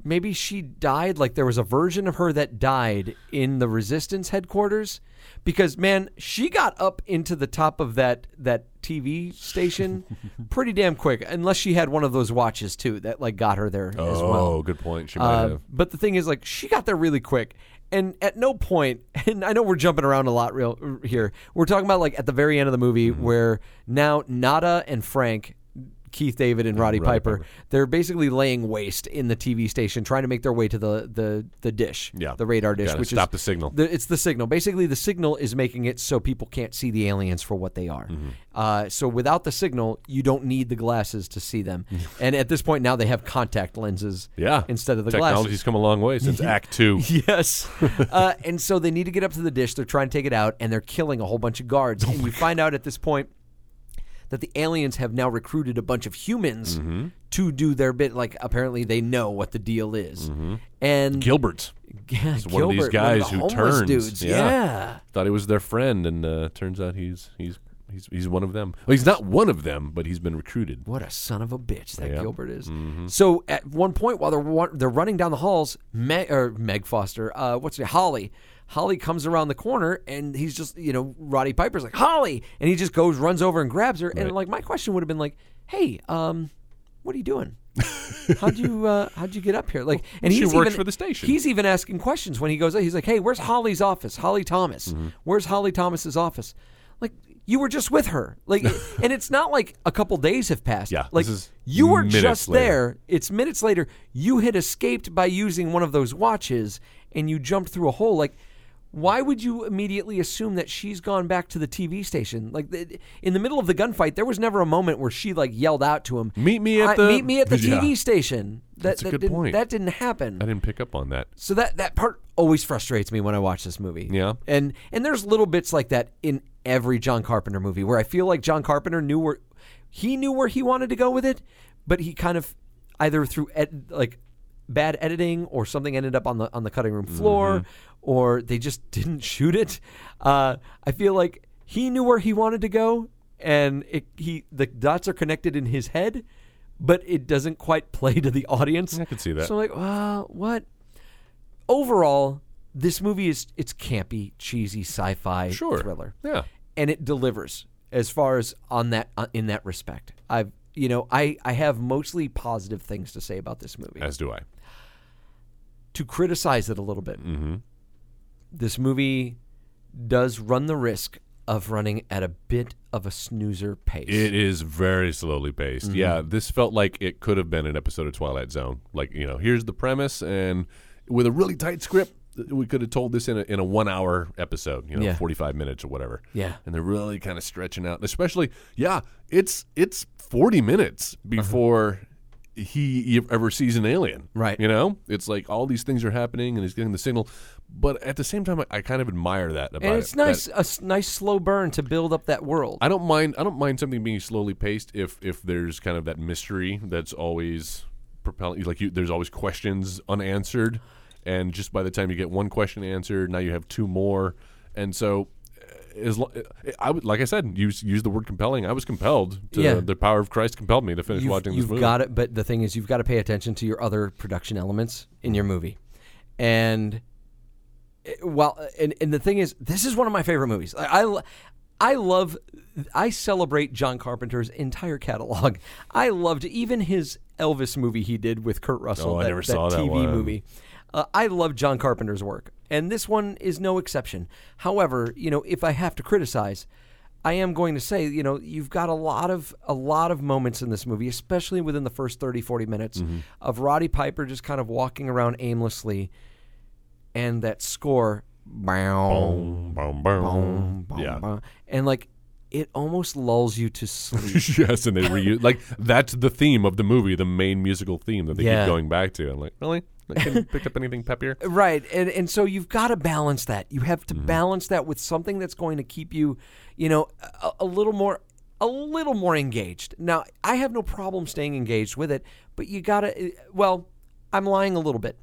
S3: maybe she died. Like there was a version of her that died in the resistance headquarters. Because man, she got up into the top of that that TV
S4: (laughs)
S3: station pretty damn quick. Unless she had one of those watches too that like got her there as
S4: oh,
S3: well.
S4: good point. She might
S3: Uh,
S4: have.
S3: but the thing is, like, she got there really quick, and at no point, (laughs) and I know we're jumping around a lot real here. We're talking about like at the very end of the movie
S4: Mm-hmm.
S3: where now Nada and Frank. Keith David and Roddy, Piper, they're basically laying waste in the TV station, trying to make their way to the the, the dish,
S4: Yeah.
S3: the radar dish,
S4: Gotta
S3: which
S4: stop
S3: is
S4: the signal.
S3: the- it's the signal. Basically, the signal is making it so people can't see the aliens for what they are.
S4: Mm-hmm.
S3: Uh, so without the signal, you don't need the glasses to see
S4: (laughs)
S3: them. and at this point, now they have contact lenses
S4: Yeah.
S3: instead of the
S4: Technology's
S3: glasses. (laughs)
S4: come a long way since Act Two.
S3: Yes. uh, and so they need to get up to the dish. They're trying to take it out, and they're killing a whole bunch of
S4: Oh
S3: guards. and you find out at this point that the aliens have now recruited a bunch of humans
S4: Mm-hmm.
S3: to do their bit. Like, apparently, they know what the deal is. And
S4: Gilbert
S3: (laughs) yeah,
S4: Mm-hmm. is one of these
S3: Gilbert, one
S4: guys
S3: the
S4: who
S3: homeless
S4: turns.
S3: Dudes.
S4: Yeah.
S3: yeah.
S4: thought he was their friend, and uh, turns out he's he's he's he's one of them. Well, he's not one of them, but he's been recruited.
S3: What a son of a bitch that
S4: Yeah.
S3: Gilbert is. So at one point, while they're wa- they're running down the halls, Meg, or Meg Foster, uh, what's it, Holly, Holly comes around the corner and he's just you know Roddy Piper's like Holly, and he just goes runs over and grabs her. And
S4: Right.
S3: like my question would have been like, Hey, um, what are you doing? how'd you uh, how'd you get up here? Like, and
S4: She
S3: he's
S4: works
S3: even-
S4: for the station.
S3: He's even asking
S4: Mm-hmm.
S3: questions when he goes. out. He's like, Hey, where's Holly's office? Holly Thomas. Where's Holly Thomas's office? Like, you were just with her.
S4: (laughs)
S3: Like, and it's not like a couple days have passed.
S4: Yeah,
S3: like
S4: this is
S3: you were
S4: minutes
S3: just
S4: later.
S3: there. It's minutes later. You had escaped by using one of those watches, and you jumped through a hole. Like, why would you immediately assume that she's gone back to the TV station? Like, th- in the middle of the gunfight, there was never a moment where she like yelled out to him,
S4: Meet me at
S3: "I-
S4: the-"
S3: meet me at the
S4: (laughs) Yeah.
S3: TV station." That,
S4: That's a
S3: that
S4: good
S3: didn't,
S4: point.
S3: That didn't happen
S4: I didn't pick up on that.
S3: so that that part always frustrates me when I watch this movie.
S4: Yeah.
S3: and and there's little bits like that in every John Carpenter movie where I feel like John Carpenter knew where he knew where he wanted to go with it, but he kind of either through ed, like bad editing or something ended up on the on the cutting room floor,
S4: Mm-hmm.
S3: or they just (laughs) didn't shoot it. Uh, I feel like he knew where he wanted to go, and it, he the dots are connected in his head. But it doesn't quite (laughs) play to the audience.
S4: I could see that.
S3: So I'm like, well, what? overall, this movie is it's campy, cheesy sci-fi
S4: Sure.
S3: thriller,
S4: Yeah.
S3: and it delivers as far as on that uh, in that respect. I've you know I I have mostly positive things to say about this movie.
S4: As do I.
S3: to criticize it a little bit,
S4: Mm-hmm.
S3: this movie does run the risk of running at a bit of a snoozer pace.
S4: It is very slowly paced.
S3: Mm-hmm.
S4: Yeah, this felt like it could have been an episode of Twilight Zone. Like, you know, here's the premise, and with a really tight script, we could have told this in a, in a one hour episode, you know,
S3: Yeah.
S4: 45 minutes or whatever.
S3: Yeah.
S4: And they're really kind of stretching out, especially, yeah, it's it's 40 minutes
S3: Uh-huh.
S4: before he e- ever sees an alien.
S3: Right.
S4: You know, it's like all these things are happening and he's getting the signal. But at the same time, I, I kind of admire that about
S3: and
S4: it.
S3: it's
S4: that-
S3: nice a s- nice slow burn to build up that world.
S4: I don't mind. I don't mind something being slowly paced if if there's kind of that mystery that's always propelling. Like you, there's always questions unanswered, and just by the time you get one question answered, now you have two more, and so. uh, As lo- uh, I would, like I said, use use the word compelling. I was compelled. To,
S3: Yeah.
S4: The power of Christ compelled me to finish
S3: you've,
S4: watching this
S3: you've
S4: movie. (laughs)
S3: got it but the thing is you've got to pay attention to your other production elements
S4: Mm.
S3: in your movie and eh, while and, and the thing is this is one of my favorite movies i, I lo- I love i celebrate john carpenter's entire catalog i loved even his elvis movie he did with kurt russell
S4: Oh, I
S3: that,
S4: never saw that
S3: tv
S4: one.
S3: movie uh, i love john carpenter's work and this one is no exception however you know if i have to criticize I am going to say, you know, you've got a lot of a lot of moments in this movie, especially within the first 30 40 minutes
S4: Mm-hmm.
S3: of Roddy Piper just kind of walking around aimlessly and that score bow,
S4: Boom, boom, boom.
S3: bow,
S4: Yeah.
S3: bow, and like it almost lulls you to sleep.
S4: yes, and they reuse like that's the theme of the movie, the main musical theme that they
S3: Yeah. Uh,
S4: keep going back to. I'm like, really? I couldn't pick up
S3: (laughs)
S4: anything peppier.
S3: Right. And and so you've got to balance that. You have to balance that with something that's going to keep you, you know, a, a little more a little more engaged. Now, I have no problem staying engaged with it, but you got to well, I'm lying a little bit.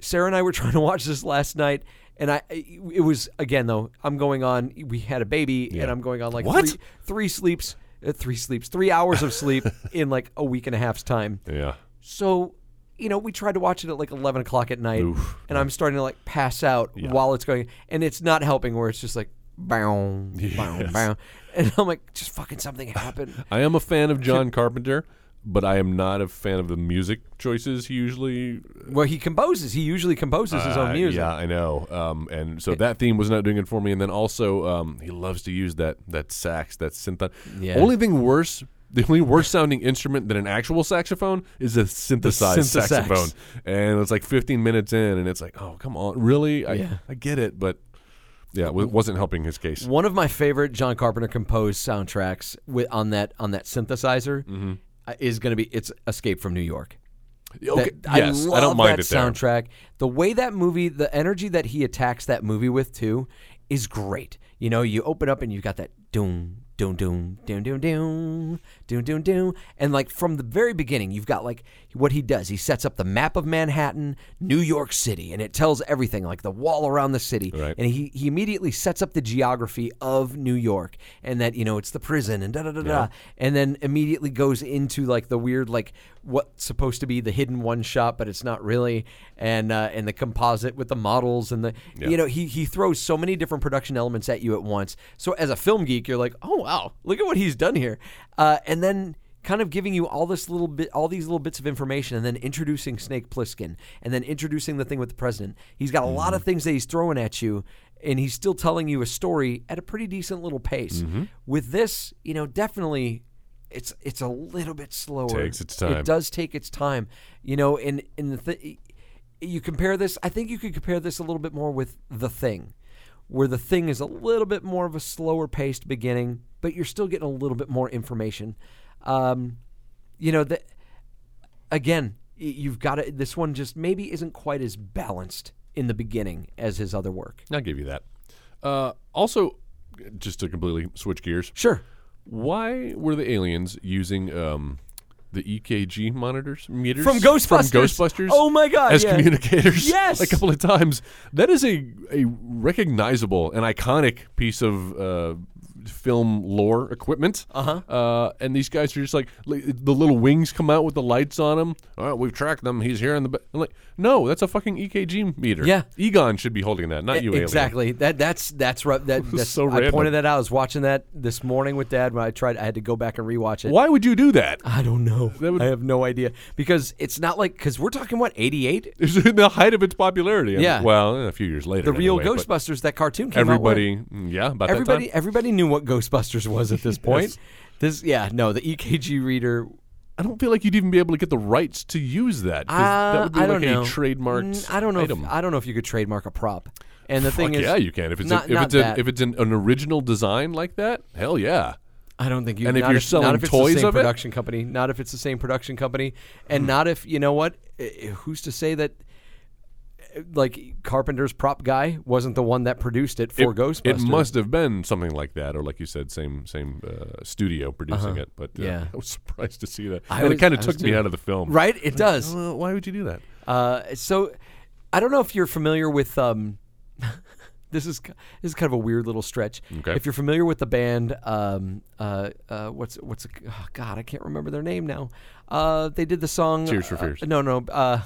S3: Sarah and I were (laughs) trying to watch this last night and I eh, it was again though, I'm going on we had a baby and I'm going on like
S4: What?
S3: three three sleeps uh, three sleeps, 3 hours of sleep in like a week and a half's time.
S4: Yeah.
S3: So, you know, we tried to watch it at like 11 o'clock at night, and I'm starting to like pass out while it's going, and it's not helping where it's just like,
S4: (laughs)
S3: bow, bow, bow. And I'm like, just fucking something happened.
S4: I am a fan of John Carpenter, but I am not a fan of the music choices he usually.
S3: well, he composes. He usually composes his own
S4: Uh,
S3: music.
S4: Yeah, I know. Um, and so that theme was not doing it for me. And then also, um, he loves to use that that sax, that synth.
S3: Yeah.
S4: Only thing worse. The only worse sounding instrument than an actual saxophone is a synthesized
S3: synthesax.
S4: saxophone. And it's like 15 minutes in, and it's like, oh, come on. Really? I,
S3: Yeah.
S4: I get it, but yeah, it wa- wasn't helping his case.
S3: One of my favorite John Carpenter composed soundtracks with, on that on that synthesizer
S4: Mm-hmm.
S3: uh, is going to be it's Escape from New York.
S4: Okay,
S3: That-
S4: yes,
S3: I,
S4: I,
S3: love
S4: don't mind
S3: that
S4: it there.
S3: soundtrack. The way that movie, the energy that he attacks that movie with too, is great. You know, you open up and you've got that doom, doom, doom, doom, doom, doom, doom, doom, doom, and like from the very beginning, you've got like what he does. He sets up the map of Manhattan, New York City, and it tells everything, like the wall around the city,
S4: Right.
S3: and he he immediately sets up the geography of New York, and that you know it's the prison and da da da da, and then immediately goes into like the weird like what's supposed to be the hidden one shot, but it's not really, and uh, and the composite with the models and the you know he he throws so many different production elements at you at once. So as a film geek, you're like, oh wow, look at what he's done here, uh, and then kind of giving you all this little bit, all these little bits of information, and then introducing Snake Plissken, and then introducing the thing with the president. He's got a lot
S4: Mm-hmm.
S3: of things that he's throwing at you, and he's still telling you a story at a pretty decent little pace.
S4: Mm-hmm.
S3: With this, you know, definitely. It's it's a little bit slower.
S4: Takes its time.
S3: It does take its time, you know. And and the th- you compare this. I think you could compare this a little bit more with the thing, where the thing is a little bit more of a slower paced beginning, but you're still getting a little bit more information. Um, you know that again, y- you've got to, This one just maybe isn't quite as balanced in the beginning as his other work.
S4: I'll give you that. Uh, also, just to completely switch gears,
S3: Sure.
S4: why were the aliens using um, the EKG monitors meters
S3: From Ghostbusters.
S4: From Ghostbusters.
S3: Oh my God,
S4: As
S3: yeah.
S4: communicators. (laughs)
S3: Yes.
S4: a couple of times. That is a a recognizable and iconic piece of. Uh, Film lore equipment, uh-huh. and these guys are just like li- the little wings come out with the lights on them. All right, we've tracked them. He's here in the. Ba-. I'm like, no, that's a fucking EKG meter.
S3: Yeah.
S4: Egon should be holding that, not you.
S3: E,
S4: alien.
S3: exactly. That that's that's ru- that, that's
S4: (laughs) so
S3: I
S4: random.
S3: pointed that out. I was watching that this morning with Dad when I tried. I had to go back and rewatch it.
S4: Why would you do that?
S3: I don't know.
S4: would-
S3: I have no idea because it's not like because we're talking what eighty eight.
S4: (laughs) It's in the height of its popularity. I mean,
S3: Yeah.
S4: Well, a few years later.
S3: The real
S4: anyway, but
S3: Ghostbusters, that cartoon came out.
S4: Everybody, mm, yeah,
S3: when-
S4: about that
S3: everybody,
S4: time.
S3: everybody knew what Ghostbusters was
S4: (laughs)
S3: at this point. This, yeah, no, the EKG reader.
S4: I don't feel like you'd even be able to get the rights to use that. 'cause
S3: Uh,
S4: that would be
S3: I
S4: like
S3: don't
S4: a
S3: know.
S4: trademarked
S3: Mm, I don't know.
S4: item.
S3: If, I don't know if you could trademark a prop. And the
S4: Fuck
S3: thing is,
S4: yeah, you can. If it's
S3: not,
S4: a, if
S3: not
S4: it's a,
S3: that.
S4: if it's an, an original design like that, hell yeah.
S3: I don't think you.
S4: And if
S3: not
S4: you're
S3: not
S4: selling
S3: if it's
S4: toys
S3: the same
S4: of it?
S3: production company, not if it's the same production company, and not if you know what, eh, eh, who's to say that, eh, like Carpenter's prop guy wasn't the one that produced it for
S4: it,
S3: Ghostbusters?
S4: It must have been something like that, or like you said, same same uh, studio producing it. But uh,
S3: Uh-huh. Yeah.
S4: (laughs) I was surprised to see that,
S3: I
S4: and
S3: was-
S4: it kind
S3: I
S4: of
S3: was
S4: took me
S3: too.
S4: out of the film.
S3: right. It does.
S4: Well, why would you do that?
S3: Uh, so I don't know if you're familiar with um, (laughs) this is ki- this is kind of a weird little stretch.
S4: Okay.
S3: If you're familiar with the band, um, uh, uh, what's what's the- oh, God, I can't remember their name now. Uh, they did the song
S4: Tears for
S3: uh,
S4: Fears.
S3: No, no. Uh,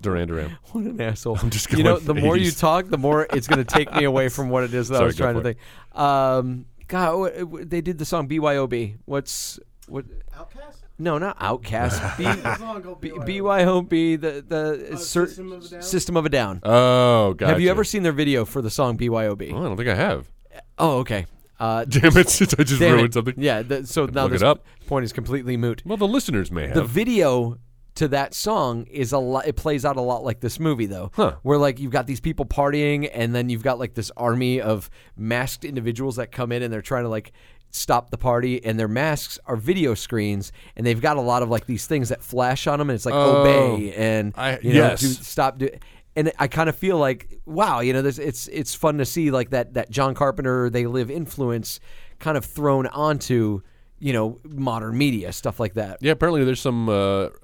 S4: Duran Duran.
S3: what an asshole! I'm
S4: just
S3: You know,
S4: going
S3: the more you
S4: 80s.
S3: talk, the more it's going to take me away from what it is that I
S4: Sorry,
S3: was
S4: go
S3: trying to
S4: for it.
S3: think. Um, God, what, what- they did the song BYOB. What's what?
S5: Outcast?
S3: No, not Outcast.
S4: (laughs)
S3: B,
S5: long ago,
S3: B-
S5: BYOB.
S3: BYOB. The the cer-
S5: Uh, System of a Down?
S3: System of a Down.
S4: Oh, gotcha.
S3: Have you ever seen their video for the song BYOB?
S4: Oh, I don't think I have. (laughs)
S3: Oh, okay. Uh,
S4: Damn it! (laughs) I just
S3: damn
S4: ruined
S3: it.
S4: something.
S3: Yeah. th- so now
S4: look
S3: this
S4: it up.
S3: point is completely moot.
S4: Well, the listeners may have.
S3: The video to that song is a lot. It plays out a lot like this movie, though,
S4: Huh.
S3: where like you've got these people partying, and then you've got like this army of masked individuals that come in, and they're trying to like stop the party, and their masks are video screens, and they've got a lot of like these things that flash on them, and it's like
S4: Oh.
S3: obey and
S4: I-
S3: you know,
S4: yes.
S3: do- stop do and I kind of feel like wow, you know, this it's it's fun to see like that that John Carpenter they live influence kind of thrown onto you know modern media stuff like that.
S4: yeah, apparently there's some uh,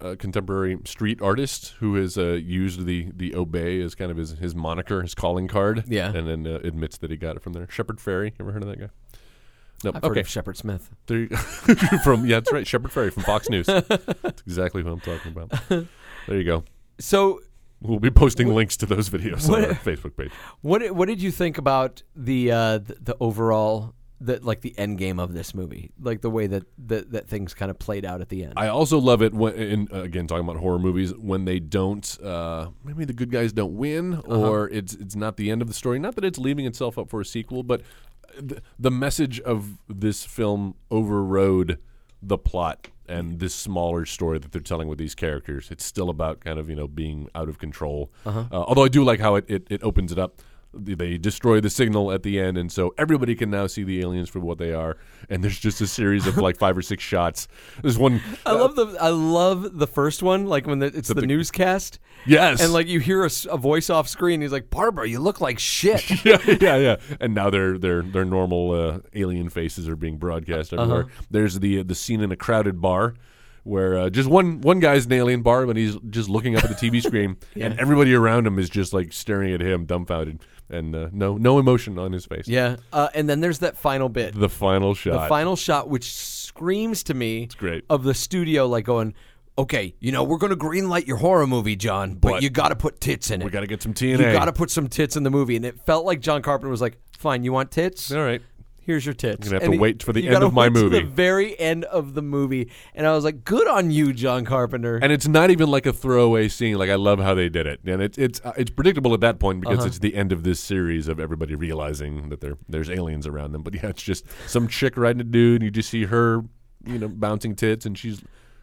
S4: uh, contemporary street artist who has uh, used the the obey as kind of his, his moniker, his calling card.
S3: Yeah.
S4: and then uh, admits that he got it from there. Shepherd Ferry, ever heard of that guy? No,
S3: I've heard
S4: okay.
S3: of Shepard Smith.
S4: There you- (laughs) from yeah, that's right. Shepherd Ferry from
S3: (laughs)
S4: Fox News. that's exactly who I'm talking about. There you go.
S3: So
S4: We'll be posting links to those videos on our
S3: What-
S4: Facebook page.
S3: what what did you think about the uh, the, the overall the like the end game of this movie, like the way that that, that things kind of played out at the end?
S4: I also love it when, and uh, again, talking about horror movies, when they don't, uh, maybe the good guys don't win, or it's it's not the end of the story. Not that it's leaving itself up for a sequel, but th- the message of this film overrode the plot and this smaller story that they're telling with these characters. It's still about kind of you know being out of control. Uh, although I do like how it, it, it opens it up. They- They destroy the signal at the end, and so everybody can now see the aliens for what they are. And there's just a series of like five or six shots. There's one.
S3: I love the I love the first one, like when the, it's the, newscast.
S4: Yes.
S3: and like you hear a, s- a voice off screen. He's like, "Barbara, you look like
S4: (laughs)
S3: shit."
S4: (laughs) yeah, yeah, yeah. And now their their their normal uh, alien faces are being broadcast
S3: Uh-huh.
S4: everywhere. There's the the scene in a crowded bar where uh, just one one guy's an alien bar, but he's just looking up at the
S3: (laughs)
S4: TV screen, and everybody around him is just like staring at him, dumbfounded, and uh, no no emotion on his face.
S3: yeah, uh, and then there's that final bit,
S4: The final shot.
S3: the final shot, which screams to me
S4: great.
S3: of the studio, like going, "Okay, you know, we're going to greenlight your horror movie, John, but,
S4: But
S3: you got to put tits in it.
S4: we got to get some
S3: you
S4: TNA.
S3: got to put some tits in the movie." And it felt like John Carpenter was like, "Fine, you want tits?
S4: All right.
S3: here's your tits.
S4: gonna have
S3: And
S4: to
S3: he-
S4: wait for the
S3: you
S4: end
S3: gotta
S4: of my
S3: wait till
S4: movie.
S3: The very end of the movie, and I was like, "Good on you, John Carpenter."
S4: and it's not even like a throwaway scene. Like I love how they did it, and it's it's uh, it's predictable at that point
S3: Uh-huh.
S4: because it's the end of this series of everybody realizing that there there's aliens around them. But yeah, it's just some chick riding a dude, and you just see her, you know, bouncing tits, and she's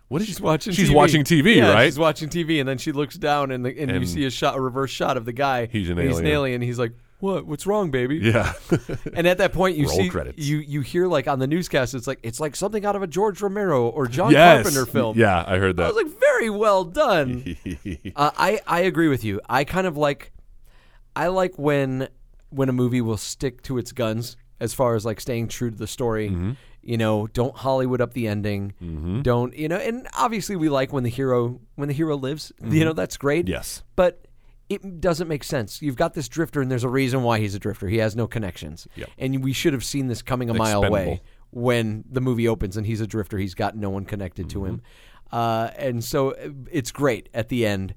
S4: what is
S3: she's watching.
S4: She's
S3: TV.
S4: watching TV,
S3: Yeah,
S4: right?
S3: She's watching TV, and then she looks down, and, the, and, you
S4: And-
S3: see a shot, a reverse shot of the guy.
S4: He's an
S3: and He's an
S4: alien.
S3: alien. He's like, "What? What's wrong, baby?"
S4: yeah, (laughs)
S3: And at that point, you
S4: Roll
S3: see,
S4: credits.
S3: you you hear like on the newscast, it's like it's like something out of a George Romero or John
S4: yes,
S3: Carpenter film.
S4: Yeah, I heard
S3: I
S4: that.
S3: was like, "Very well done."
S4: (laughs)
S3: Uh, I I agree with you. I kind of like I like when when a movie will stick to its guns as far as like staying true to the story.
S4: Mm-hmm.
S3: You know, don't Hollywood up the ending. Don't you know? And obviously, we like when the hero when the hero lives. You know, that's great.
S4: Mm-hmm. Yes.
S3: but. It doesn't make sense. You've got this drifter, and there's a reason why he's a drifter. He has no connections,
S4: Yep.
S3: and we should have seen this coming a mile
S4: Expendable.
S3: away when the movie opens and he's a drifter. He's got no one connected to him.
S4: Mm-hmm.
S3: Uh, and so uh, it's great at the end.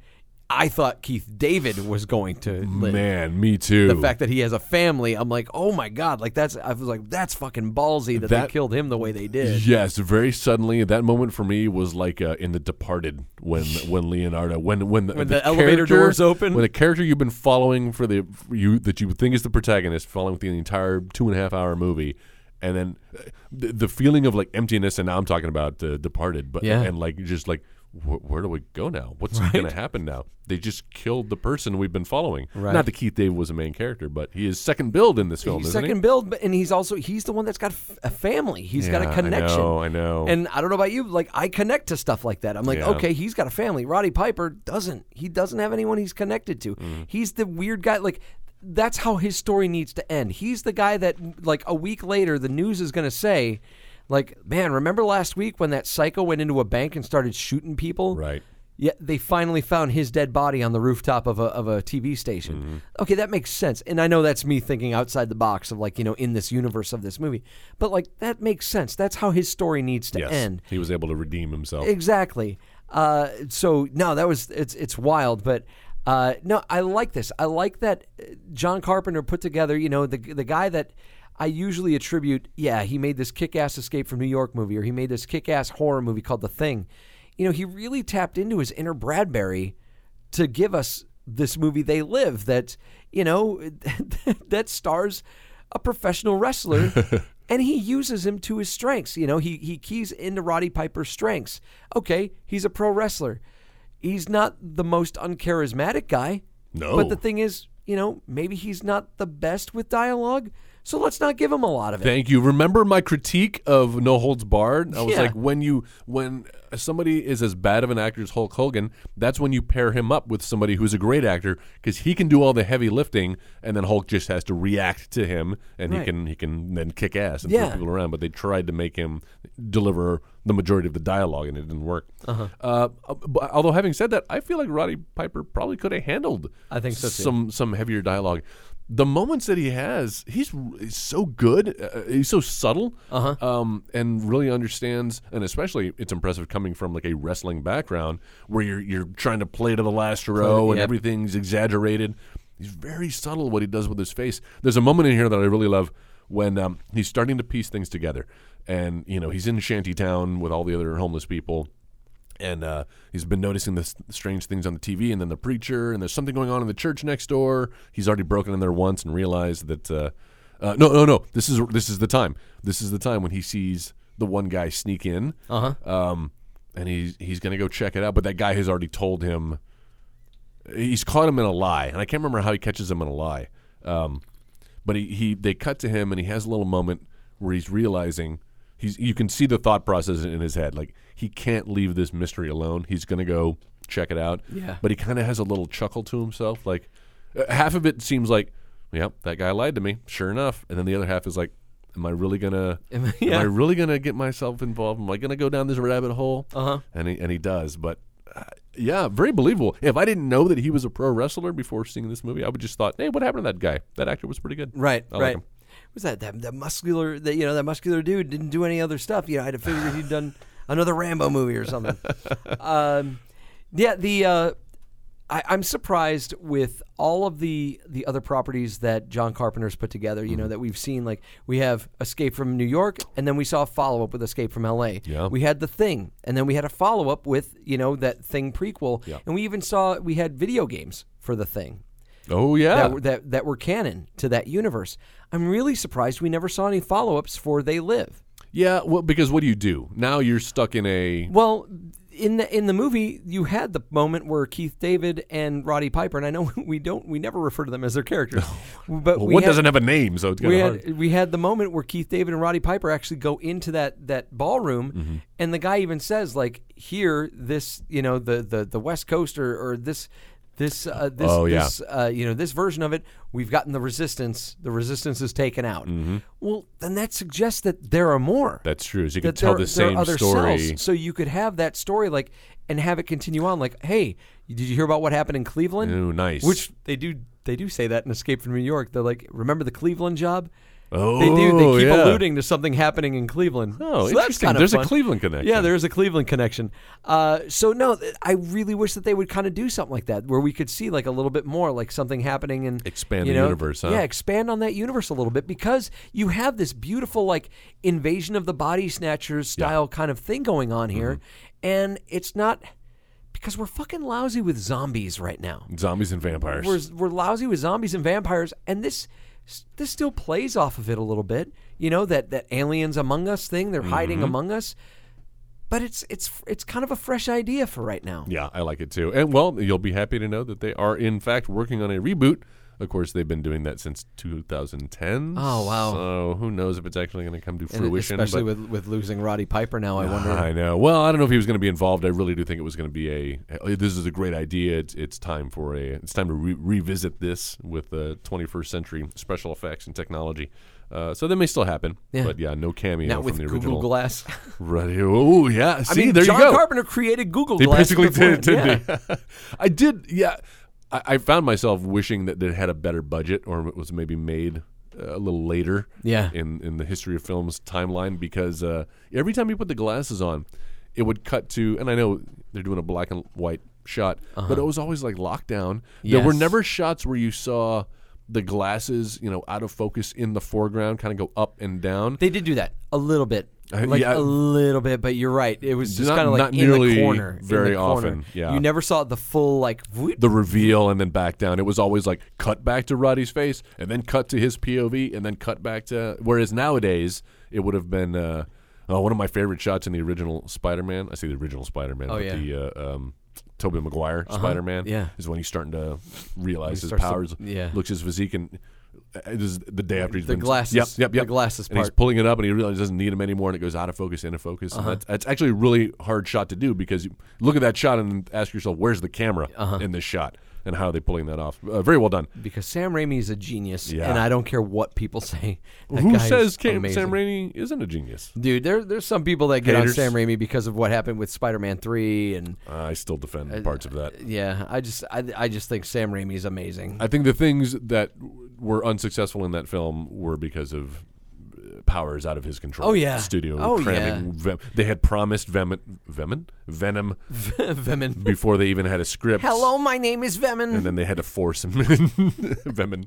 S3: I thought Keith David was going to live.
S4: Man, me too.
S3: The fact that he has a family, I'm like, oh my god, like that's. I was like, that's fucking ballsy that,
S4: That-
S3: they killed him the way they did.
S4: Yes, very suddenly. That moment for me was like uh, in The Departed
S3: (laughs)
S4: when when Leonardo when when the,
S3: When the elevator
S4: character-
S3: doors open?
S4: when the character you've been following for the you that you think is the protagonist following the entire two and a half hour movie. And then uh, the, the feeling of like emptiness, and now I'm talking about uh, Departed, but
S3: Yeah.
S4: and like just like wh- where do we go now? What's going to happen now? They just killed the person we've been following.
S3: Right.
S4: Not that Keith David was a main character, but he is second build in this film,
S3: He's
S4: isn't
S3: second build, but and he's also he's the one that's got f- a family. He's got
S4: Yeah,
S3: a
S4: I
S3: connection.
S4: know, I know.
S3: And I don't know about you, like I connect to stuff like that. I'm like,
S4: Yeah.
S3: okay, he's got a family. Roddy Piper doesn't. He doesn't have anyone he's connected to.
S4: Mm.
S3: He's the weird guy. Like that's how his story needs to end. He's the guy that like a week later the news is going to say. Like, man, remember last week when that psycho went into a bank and started shooting people?
S4: he? Right.
S3: Yeah, they finally found his dead body on the rooftop of a of a TV station. Okay, that makes sense. And I know that's me thinking outside the box of like, you know, in this universe of this movie. But like that makes sense. That's how his story needs to
S4: Yes.
S3: end.
S4: He was able to redeem himself.
S3: Exactly. Uh, so no, that was it's it's wild, but uh, no, I like this. I like that uh, John Carpenter put together. You know, the the guy that I usually attribute. Yeah, he made this kick-ass Escape from New York movie, or he made this kick-ass horror movie called The Thing. You know, he really tapped into his inner Bradbury to give us this movie they live that you know (laughs) that stars a professional wrestler and he uses him to his strengths you know he he keys into Roddy Piper's strengths okay he's a pro wrestler he's not the most uncharismatic guy
S4: No.
S3: but the thing is you know maybe he's not the best with dialogue so let's not give him a lot of it
S4: Thank you. Remember my critique of No Holds Barred? I was
S3: Yeah.
S4: like, when you when somebody is as bad of an actor as Hulk Hogan, that's when you pair him up with somebody who's a great actor because he can do all the heavy lifting, and then Hulk just has to react to him, and he
S3: Right.
S4: can he can then kick ass and
S3: Yeah.
S4: throw people around. But they tried to make him deliver the majority of the dialogue, and it didn't work. Uh-huh. Uh, but although having said that, I feel like Roddy Piper probably could have handled
S3: I think so, too.
S4: some some heavier dialogue. The moments that he has, he's, he's so good. Uh, he's so subtle, uh-huh. um, and really understands. And especially, it's impressive coming from like a wrestling background where you're you're trying to play to the last row and
S3: yep.
S4: everything's exaggerated. He's very subtle what he does with his face. There's a moment in here that I really love when um, he's starting to piece things together, and you know he's in Shantytown with all the other homeless people and uh, he's been noticing the s- strange things on the TV, and then the preacher, and there's something going on in the church next door. He's already broken in there once and realized that. Uh, uh, no, no, no. This is this is the time. This is the time when he sees the one guy sneak in. Uh huh. Um, and he's he's gonna go check it out, but that guy has already told him. He's caught him in a lie, and I can't remember how he catches him in a lie. Um, but he, he they cut to him and he has a little moment where he's realizing he's you can see the thought process in his head like he can't leave this mystery alone he's going to go check it out
S3: Yeah.
S4: but he kind of has a little chuckle to himself like uh, half of it seems like yep that guy lied to me sure enough and then the other half is like am i really going to am,
S3: (laughs) Yeah.
S4: i really going to get myself involved am i going to go down this rabbit hole uh-huh and he and he does but uh, yeah, very believable. If I didn't know that he was a pro wrestler before seeing this movie, I would just thought, "Hey, what happened to that guy? That actor was pretty good."
S3: Right,
S4: I like
S3: right.
S4: him.
S3: was that that that muscular that you know that muscular dude didn't do any other stuff? You know, I'd have figured he'd
S4: (laughs)
S3: done another Rambo movie or something. um, yeah, the uh, I, I'm surprised with all of the the other properties that John Carpenter's put together. You know
S4: Mm-hmm.
S3: that we've seen. Like we have Escape from New York, and then we saw a follow up with Escape from L.A.
S4: Yeah.
S3: We had The Thing, and then we had a follow up with you know that Thing prequel,
S4: Yeah.
S3: and we even saw we had video games for The Thing
S4: Oh yeah,
S3: that were, that that were canon to that universe. I'm really surprised we never saw any follow ups for They Live.
S4: yeah. Well, because what do you do now? You're stuck in a
S3: Well, in the in the movie, you had the moment where Keith David and Roddy Piper, and I know (laughs) we don't we never refer to them as their characters, but
S4: well,
S3: we
S4: one
S3: had,
S4: doesn't have a name, so it's kind
S3: we
S4: of
S3: had
S4: hard.
S3: we had the moment where Keith David and Roddy Piper actually go into that that ballroom,
S4: Mm-hmm.
S3: and the guy even says like, "Here, this you know the the the West Coast or, or this." This uh, this,
S4: Oh, yeah.
S3: this uh, you know this version of it we've gotten the resistance the resistance is taken out
S4: Mm-hmm.
S3: well then that suggests that there are more
S4: That's true. So you can
S3: that
S4: tell
S3: there,
S4: the
S3: there are
S4: same
S3: other
S4: story.
S3: cells. So you could have that story like and have it continue on. Like, hey, did you hear about what happened in Cleveland?
S4: Ooh, nice.
S3: Which they do. They do say that in Escape from New York. They're like, remember the Cleveland job?
S4: Oh,
S3: they do. They keep
S4: yeah.
S3: alluding to something happening in Cleveland. so
S4: Oh,
S3: that's
S4: interesting.
S3: kind of
S4: There's a
S3: fun.
S4: Cleveland connection.
S3: Yeah, there is a Cleveland connection. Uh, so no, th- I really wish that they would kind of do something like that, where we could see like a little bit more, like something happening and
S4: Expand
S3: you
S4: the
S3: know,
S4: universe, huh?
S3: Yeah, expand on that universe a little bit because you have this beautiful like invasion of the body snatchers style kind of thing going on
S4: Mm-hmm.
S3: here, and it's not because we're fucking lousy with zombies right now.
S4: Zombies and vampires.
S3: We're, we're lousy with zombies and vampires, and this this still plays off of it a little bit. You know that that aliens among us thing they're
S4: Mm-hmm.
S3: hiding among us, but it's it's it's kind of a fresh idea for right now.
S4: Yeah, I like it too. And well, you'll be happy to know that they are in fact working on a reboot. Of course, they've been doing that since 2010.
S3: Oh, wow.
S4: So who knows if it's actually going to come to
S3: And
S4: fruition?
S3: especially
S4: but-
S3: with with losing Roddy Piper now, I wonder.
S4: I know. Well, I don't know if he was going to be involved. I really do think it was going to be a. "Hey, This is a great idea. It's, it's time for a. It's time to re- revisit this with the 21st century special effects and technology. Uh, so that may still happen.
S3: Yeah.
S4: But yeah, no cameo
S3: Not
S4: from
S3: with
S4: the
S3: Google
S4: original. (laughs)
S3: Glass.
S4: Right. Oh yeah. See,
S3: I mean,
S4: there
S3: John
S4: you go.
S3: Carpenter created Google
S4: They
S3: Glass.
S4: basically did,
S3: beforehand. Yeah.
S4: didn't they? (laughs) I did. Yeah, I, I found myself wishing that it had a better budget, or it was maybe made uh, a little later.
S3: Yeah.
S4: in in the history of films timeline, because uh, every time you put the glasses on, it would cut to, and I know they're doing a black and white shot, but it was always like lockdown. There were
S3: Yes.
S4: never shots where you saw the glasses, you know, out of focus in the foreground, kind of go up and down.
S3: They did do that a little bit.
S4: Uh,
S3: Like
S4: yeah.
S3: a little bit, but you're right. It was just
S4: Not-
S3: kind of like
S4: not
S3: in
S4: nearly
S3: the corner. in the
S4: very
S3: corner.
S4: often, yeah.
S3: you never saw the full like. whoop.
S4: the reveal and then back down. It was always like cut back to Roddy's face and then cut to his POV and then cut back to. Whereas nowadays it would have been uh, oh, one of my favorite shots in the original Spider-Man. I see the original Spider-Man,
S3: Oh,
S4: but
S3: yeah. Uh-huh.
S4: the uh, um, Tobey Maguire Spider-Man
S3: yeah.
S4: is when he's starting to realize his
S3: starts to-
S4: powers.
S3: yeah.
S4: looks his physique and. uh, This is the day after he's
S3: The
S4: been
S3: glasses-
S4: Yep, yep,
S3: the
S4: yep.
S3: glasses
S4: And he's
S3: part. Uh-huh.
S4: pulling it up, and he realizes he doesn't need him anymore, and it goes out of focus, into focus. And that's, that's actually a really hard shot to do because you look at that shot and ask yourself, where's the camera
S3: Uh-huh.
S4: in this shot, and how are they pulling that off? Uh, very well done.
S3: because Sam Raimi is a genius,
S4: Yeah.
S3: and I don't care what people (laughs) say. That
S4: Who
S3: guy is
S4: says Cam-
S3: amazing.
S4: Sam Raimi isn't a genius?
S3: Dude, there, there's some people that get
S4: Haters.
S3: on Sam Raimi because of what happened with Spider-Man three, and
S4: I still defend
S3: Uh,
S4: parts of that.
S3: yeah, I just I, I just think Sam Raimi is amazing.
S4: I think the things that w- were unsuccessful in that film were because of uh, powers out of his control.
S3: Oh, yeah.
S4: studio
S3: Oh,
S4: cramming. Ve- they had promised Venom, Venom, Venom
S3: (laughs)
S4: (laughs)
S3: Venom.
S4: before they even had a script.
S3: Hello, my name is
S4: And
S3: Venom.
S4: then they had to force (laughs) him in. Venom.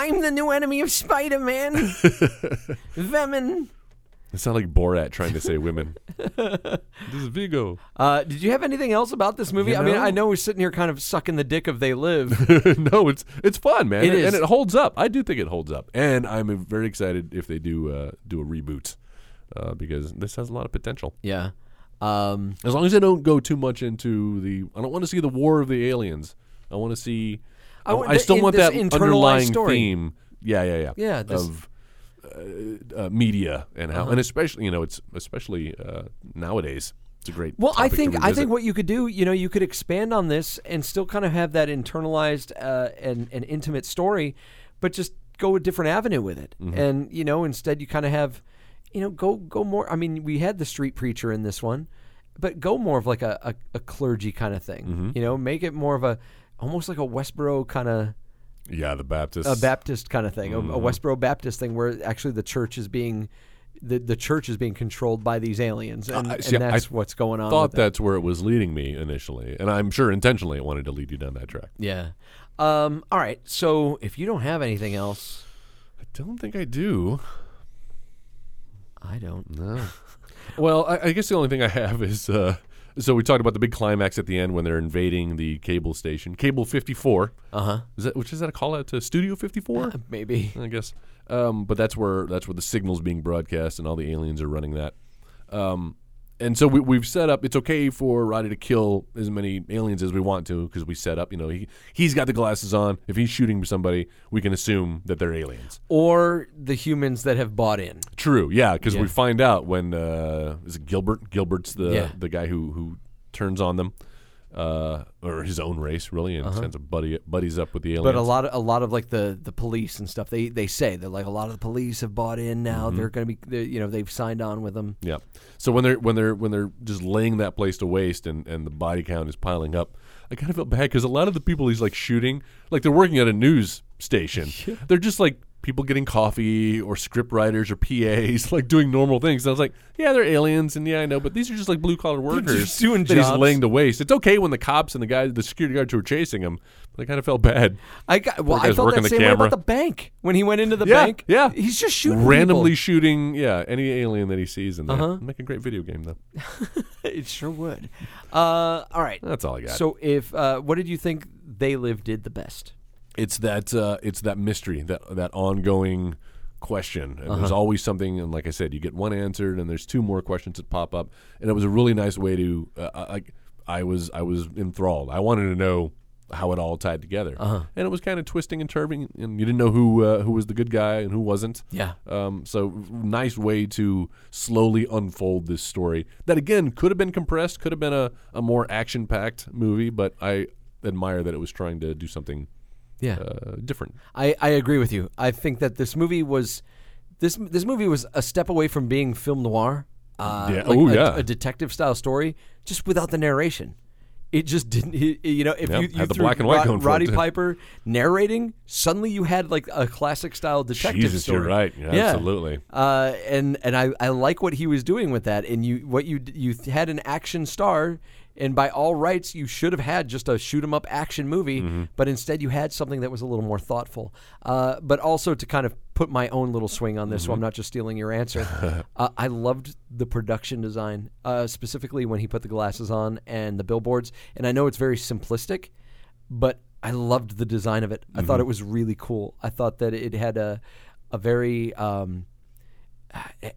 S3: I'm the new enemy of Spider-Man.
S4: (laughs)
S3: Venom.
S4: It sounded like Borat trying to
S3: (laughs)
S4: say women. this is Vigo.
S3: Uh, did you have anything else about this movie?
S4: You
S3: I mean,
S4: know-
S3: I know we're sitting here kind of sucking the dick of They Live.
S4: (laughs) (laughs) no, it's it's fun, man.
S3: It
S4: and,
S3: is.
S4: and it holds up. I do think it holds up, and I'm very excited if they do uh, do a reboot uh, because this has a lot of potential.
S3: yeah. Um,
S4: As long as they don't go too much into the, I don't want to see the war of the aliens. I want to see. I,
S3: want
S4: I
S3: the-
S4: still
S3: in-
S4: want
S3: this
S4: that
S3: internalized
S4: underlying
S3: story.
S4: theme. Yeah, yeah, yeah.
S3: Yeah, this- Uh-huh.
S4: of uh, uh, media and how, and especially you know, it's especially uh, nowadays. It's a great.
S3: Well, I
S4: topic to
S3: think I
S4: revisit.
S3: think what you could do, you know, you could expand on this and still kind of have that internalized uh, and and intimate story, but just go a different avenue with it.
S4: Mm-hmm.
S3: And you know, instead you kind of have, you know, go go more. I mean, we had the street preacher in this one, but go more of like a a, a clergy kind of thing.
S4: Mm-hmm.
S3: You know, make it more of a almost like a Westboro kind of
S4: yeah, the Baptists. Mm-hmm.
S3: a Baptist kind of thing, a- a Westboro Baptist thing, where actually the church is being the the church is being controlled by these aliens, and,
S4: Uh, I-
S3: and
S4: see, I
S3: that's what's going on.
S4: Thought
S3: with it.
S4: that's where it was leading me initially, and I'm sure intentionally it wanted to lead you down that track.
S3: Yeah. Um, all right. So if you don't have anything else,
S4: I don't think I do.
S3: I don't.
S4: Well, I, I guess the only thing I have is uh, so we talked about the big climax at the end when they're invading the cable station, Cable 54. Uh huh. Is that which is that a call out to Studio 54?
S3: (laughs) Maybe.
S4: I guess. Um, but that's where that's where the signal's being broadcast, and all the aliens are running that. Um, and so we, we've set up. It's okay for Roddy to kill as many aliens as we want to because we set up. You know, he he's got the glasses on. If he's shooting somebody, we can assume that they're aliens.
S3: Or the humans that have bought in.
S4: True. Yeah, because we find out when uh, is it Gilbert? Gilbert's the
S3: Yeah.
S4: the guy who who turns on them, uh, or his own race really, and sends a buddy buddies up with the aliens.
S3: Uh-huh. But a lot of a lot of like the, the police and stuff. They they say that like a lot of the police have bought in now.
S4: Mm-hmm.
S3: They're going to be they're, you know they've signed on with them.
S4: Yeah. So when they're when they're when they're just laying that place to waste and and the body count is piling up, I kind of felt bad because a lot of the people he's like shooting, like they're working at a news
S3: (laughs)
S4: station. They're just like people getting coffee or script writers or PAs, (laughs) like doing normal things. And I was like, yeah, they're aliens, and yeah, I know, but these are just like blue collar workers
S3: just doing
S4: that he's
S3: jobs.
S4: laying to waste. It's okay when the cops and the guy, the security guards who were chasing him, but I kind of felt bad.
S3: I got well.
S4: Poor
S3: I
S4: guy's
S3: felt
S4: working
S3: that
S4: the
S3: same way
S4: camera.
S3: about the bank when he went into the
S4: Yeah,
S3: bank.
S4: yeah.
S3: he's just shooting (laughs)
S4: Randomly
S3: people. Uh-huh.
S4: shooting, yeah, any alien that he sees in there. Make a great video game though.
S3: it sure would. Uh, all right.
S4: That's all I got.
S3: So if uh, what did you think they live did the best?
S4: it's that uh, it's that mystery that that ongoing question and there's always something and like i said you get one answered and there's two more questions that pop up and it was a really nice way to uh, I, I was i was enthralled i wanted to know how it all tied together and it was kind of twisting and turning and you didn't know who uh, who was the good guy and who wasn't
S3: Yeah.
S4: um, so nice way to slowly unfold this story that again could have been compressed could have been a, a more action packed movie but i admire that it was trying to do something
S3: Yeah.
S4: uh, different.
S3: I, I agree with you. I think that this movie was this this movie was a step away from being film noir. Uh,
S4: Yeah.
S3: like
S4: Ooh,
S3: a,
S4: yeah.
S3: a detective style story, just without the narration. It just didn't. It, it- you know, if
S4: Yeah,
S3: you, you
S4: had the
S3: threw
S4: black and white
S3: Rod-
S4: going for it,
S3: Roddy
S4: too.
S3: Piper narrating, suddenly you had like a classic style detective
S4: Jesus,
S3: story.
S4: you're right. Yeah, absolutely.
S3: Uh, and and I, I like what he was doing with that. And you what you d- you had an action star, and by all rights you should have had just a shoot 'em up action movie, but instead you had something that was a little more thoughtful. Uh, but also to kind of put my own little swing on this, so I'm not just stealing your answer. uh, I loved the production design, uh, specifically when he put the glasses on and the billboards. And I know it's very simplistic, but I loved the design of it. I thought it was really cool. I thought that it had a a very um, eh,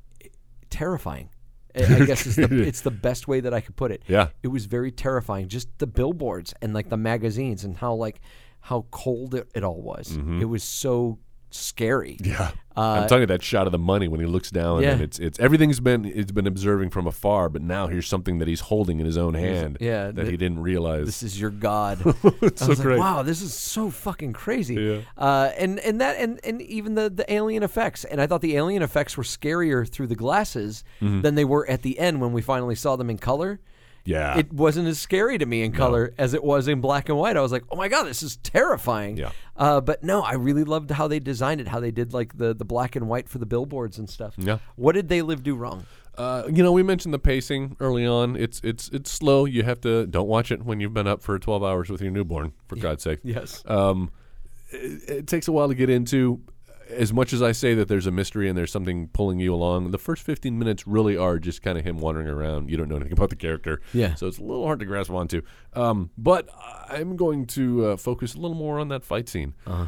S3: terrifying. I I guess it's the, it's the best way that I could put it.
S4: Yeah.
S3: it was very terrifying. Just the billboards and like the magazines and how like how cold it, it all was. It was so scary. Yeah,
S4: I'm telling you that shot of the money when he looks down
S3: yeah.
S4: and it's it's everything's been it's been observing from afar, but now here's something that he's holding in his own hand
S3: yeah,
S4: that
S3: the-
S4: he didn't realize.
S3: this is your
S4: (laughs)
S3: god. it's I was
S4: great.
S3: Like, wow, this is so fucking crazy. Uh, and and that and and even the the alien effects. And I thought the alien effects were scarier through the glasses
S4: Mm-hmm.
S3: than they were at the end when we finally saw them in color.
S4: yeah.
S3: It wasn't as scary to me in color as it was in black and white. I was like, "Oh my god, this is terrifying."
S4: Yeah.
S3: Uh, but no, I really loved how they designed it, how they did like the, the black and white for the billboards and stuff.
S4: Yeah.
S3: What did they live do wrong?
S4: uh, you know, we mentioned the pacing early on. It's it's it's slow. You have to don't watch it when you've been up for 12 hours with your newborn, for God's sake.
S3: Yes.
S4: Uh,
S3: (laughs)
S4: it takes a while to get into. As much as I say that there's a mystery and there's something pulling you along, the first 15 minutes really are just kind of him wandering around. You don't know anything about the character.
S3: Yeah.
S4: So it's a little hard to grasp onto. Um, but I'm going to uh, focus a little more on that fight scene.
S3: Uh-huh.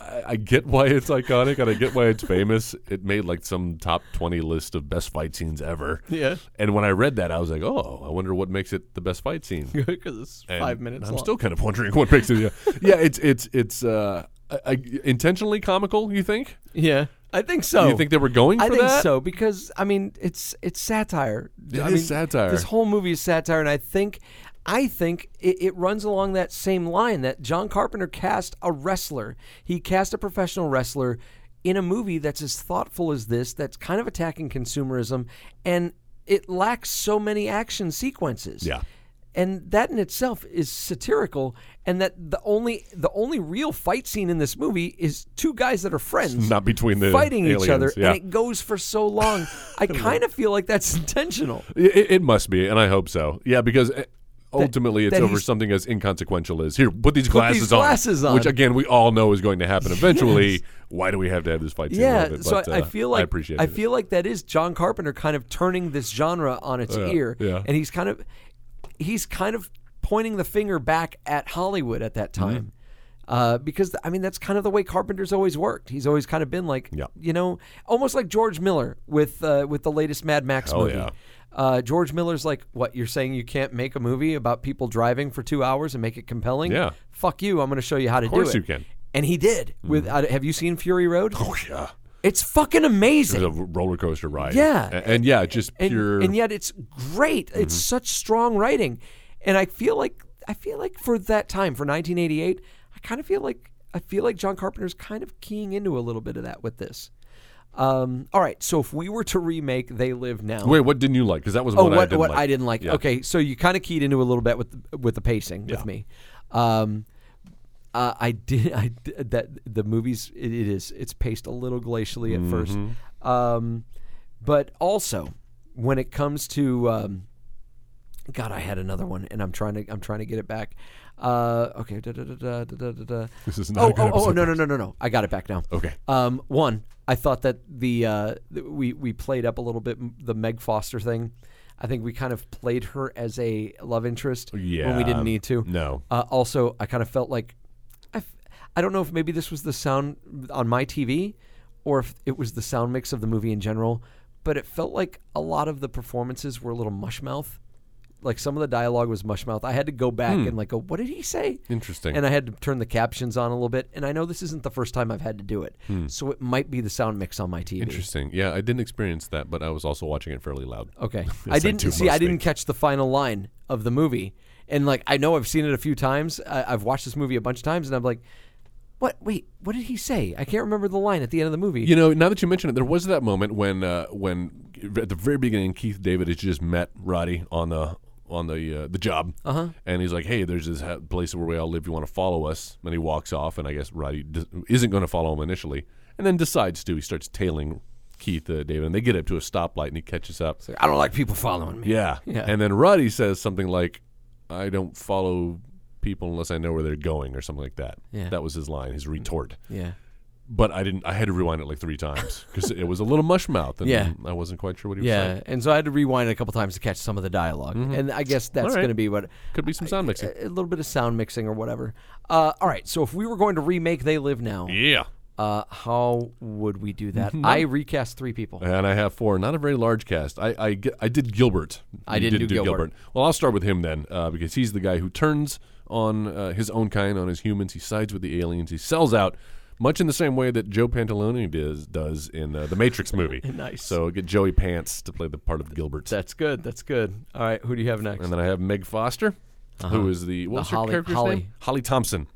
S4: I, I get why it's iconic and I get why it's famous. It made like some top 20 list of best fight scenes ever.
S3: Yeah.
S4: And when I read that, I was like, oh, I wonder what makes it the best fight scene.
S3: Because it's
S4: And
S3: five minutes
S4: I'm
S3: long.
S4: still kind of wondering what
S3: (laughs)
S4: makes it. Yeah, yeah it's it's it's uh, I, I, intentionally comical. You think?
S3: yeah. I think so.
S4: You think they were going for
S3: Oh, I think
S4: that?
S3: so because I mean it's it's satire.
S4: It
S3: I
S4: is
S3: mean,
S4: satire.
S3: This whole movie is satire, and I think I think it, it runs along that same line that John Carpenter cast a wrestler. He cast a professional wrestler in a movie that's as thoughtful as this, that's kind of attacking consumerism, and it lacks so many action sequences.
S4: Yeah.
S3: and that in itself is satirical. And that the only the only real fight scene in this movie is two guys that are friends,
S4: Not between the
S3: fighting each other,
S4: aliens, yeah.
S3: and it goes for so
S4: (laughs)
S3: long. I kind of feel like that's intentional.
S4: It, it- it must be, and I hope so. Yeah, because uh, ultimately it's
S3: that
S4: over
S3: he's-
S4: something as inconsequential as here. Put these
S3: Put
S4: glasses
S3: these
S4: on,
S3: glasses on.
S4: which again we all know is going to
S3: (laughs)
S4: happen eventually. Why do we have to have this fight? scene
S3: Yeah,
S4: with it?
S3: so
S4: But,
S3: I, I
S4: uh,
S3: feel like
S4: I appreciate.
S3: I
S4: it.
S3: feel like that is John Carpenter kind of turning this genre on its ear,
S4: yeah.
S3: and he's kind of he's kind of pointing the finger back at Hollywood at that
S4: Mm-hmm.
S3: time. Uh, because I mean that's kind of the way Carpenter's always worked. He's always kind of been like,
S4: Yeah.
S3: you know, almost like George Miller with uh, with the latest Mad Max
S4: Hell
S3: movie.
S4: yeah.
S3: Uh, George Miller's like, what you're saying? You can't make a movie about people driving for two hours and make it compelling?
S4: Yeah.
S3: Fuck you! I'm going to show you how to do it.
S4: course you can. Mm-hmm.
S3: And he did. With uh, have you seen Fury Road?
S4: Oh, yeah,
S3: It's fucking
S4: it
S3: amazing.
S4: was a roller coaster ride.
S3: Yeah.
S4: A- and, yeah, just
S3: and,
S4: pure. Mm-hmm.
S3: and yet it's great. It's such strong writing. And I feel like I feel like for that time, for 1988, I kind of feel like I feel like John Carpenter's kind of keying into a little bit of that with this. Um, all right, so if we were to remake They Live Now,
S4: Wait, what didn't you like? Because that was
S3: oh,
S4: what,
S3: what
S4: I didn't like. Yeah.
S3: Okay, so you kind of keyed into a little bit with the, with the pacing with me. Um, uh, I did. (laughs) I did, that the movies. It, it is. It's paced a little glacially at
S4: Mm-hmm.
S3: first, um, but also when it comes to um, God, I had another one, and I'm trying to. I'm trying to get it back. Uh, okay. Da, da, da, da, da, da, da.
S4: This is not
S3: Oh,
S4: a good
S3: oh, oh,
S4: episode.
S3: no, no, no, no, no. I got it back now.
S4: Okay.
S3: Um, one, I thought that the uh, th- we we played up a little bit m- the Meg Foster thing. I think we kind of played her as a love interest when we
S4: Yeah,
S3: didn't need to.
S4: no.
S3: Uh, also, I kind of felt like I, f- I don't know if maybe this was the sound on my TV or if it was the sound mix of the movie in general, but it felt like a lot of the performances were a little mushmouth. Like some of the dialogue was mushmouth. I had to go back and like go, what did he say?
S4: Hmm. Interesting.
S3: And I had to turn the captions on a little bit. And I know this isn't the first time I've had to do it, so it might be the sound mix on my TV.
S4: Hmm. Interesting. Yeah, I didn't experience that, but I was also watching it fairly loud.
S3: Okay.
S4: Yes,
S3: I didn't
S4: do
S3: see. I
S4: most
S3: didn't
S4: things.
S3: catch the final line of the movie, and like I know I've seen it a few times. I, I've watched this movie a bunch of times, and I'm like, what? Wait, what did he say? I can't remember the line at the end of the movie.
S4: You know, now that you mention it, there was that moment when, uh, when at the very beginning, Keith David has just met Roddy on the on the uh, the job, uh-huh. and he's like, "Hey, there's this ha- place where we all live. You want to follow us?" And he walks off, and I guess Roddy d- isn't going to follow him initially, and then decides to. He starts tailing Keith uh, David, and they get up to a stoplight, and he catches up.
S3: I don't like people following me.
S4: Yeah. And then Roddy says something like, I don't follow people unless I know where they're going or something like that.
S3: Yeah.
S4: That was his line, his retort.
S3: Yeah.
S4: But I didn't I had to rewind it like three times because it was a little mush mouth and
S3: Yeah.
S4: I wasn't quite sure what he was
S3: Yeah.
S4: saying.
S3: And so I had to rewind it a couple times to catch some of the dialogue,
S4: Mm-hmm.
S3: and I guess that's
S4: All right.
S3: going to be what
S4: Could be some sound mixing.
S3: a little bit of sound mixing or whatever. Uh, all right. So if we were going to remake They Live Now,
S4: Yeah.
S3: uh, how would we do (laughs) that? I recast three people.
S4: And I have four, not a very large cast. I I, ge- I did Gilbert.
S3: I
S4: You
S3: didn't
S4: did
S3: do Gilbert.
S4: Well, I'll start with him then uh, because he's the guy who turns on uh, his own kind, on his humans. He sides with the aliens. He sells out, much in the same way that Joe Pantalone does, does in uh, the Matrix movie.
S3: (laughs) Nice.
S4: So get Joey Pants to play the part of Gilbert.
S3: That's good. That's good. All right. Who do you have next?
S4: And then I have Meg Foster, who is the what's
S3: Uh-huh. The
S4: her
S3: Holly-
S4: character's
S3: Holly.
S4: name? Holly Thompson.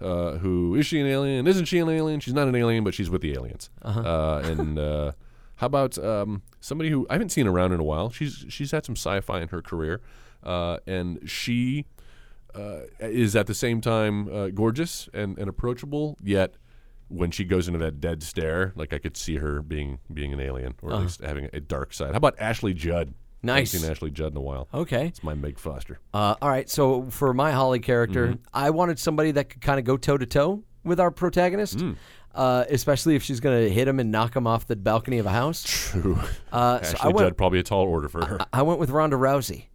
S4: Uh, who is she an alien? Isn't she an alien? She's not an alien, but she's with the aliens. Uh-huh. and uh, how about um, somebody who I haven't seen around in a while? She's she's had some sci-fi in her career, uh, and she uh, is at the same time uh, gorgeous and, and approachable. Yet when she goes into that dead stare, like I could see her being being an alien or at least having a dark side. How about Ashley Judd?
S3: Uh-huh. Nice.
S4: I haven't seen Ashley Judd in a while.
S3: Okay.
S4: It's my Meg Foster.
S3: Uh, all right. So for my Holly character, I wanted somebody that could kind of go toe to toe with our protagonist, uh, especially if she's going to hit him and knock him off the balcony of a house.
S4: (laughs) True.
S3: Uh, so I
S4: Ashley
S3: went.
S4: Judd probably a tall order for her.
S3: I went with Ronda Rousey,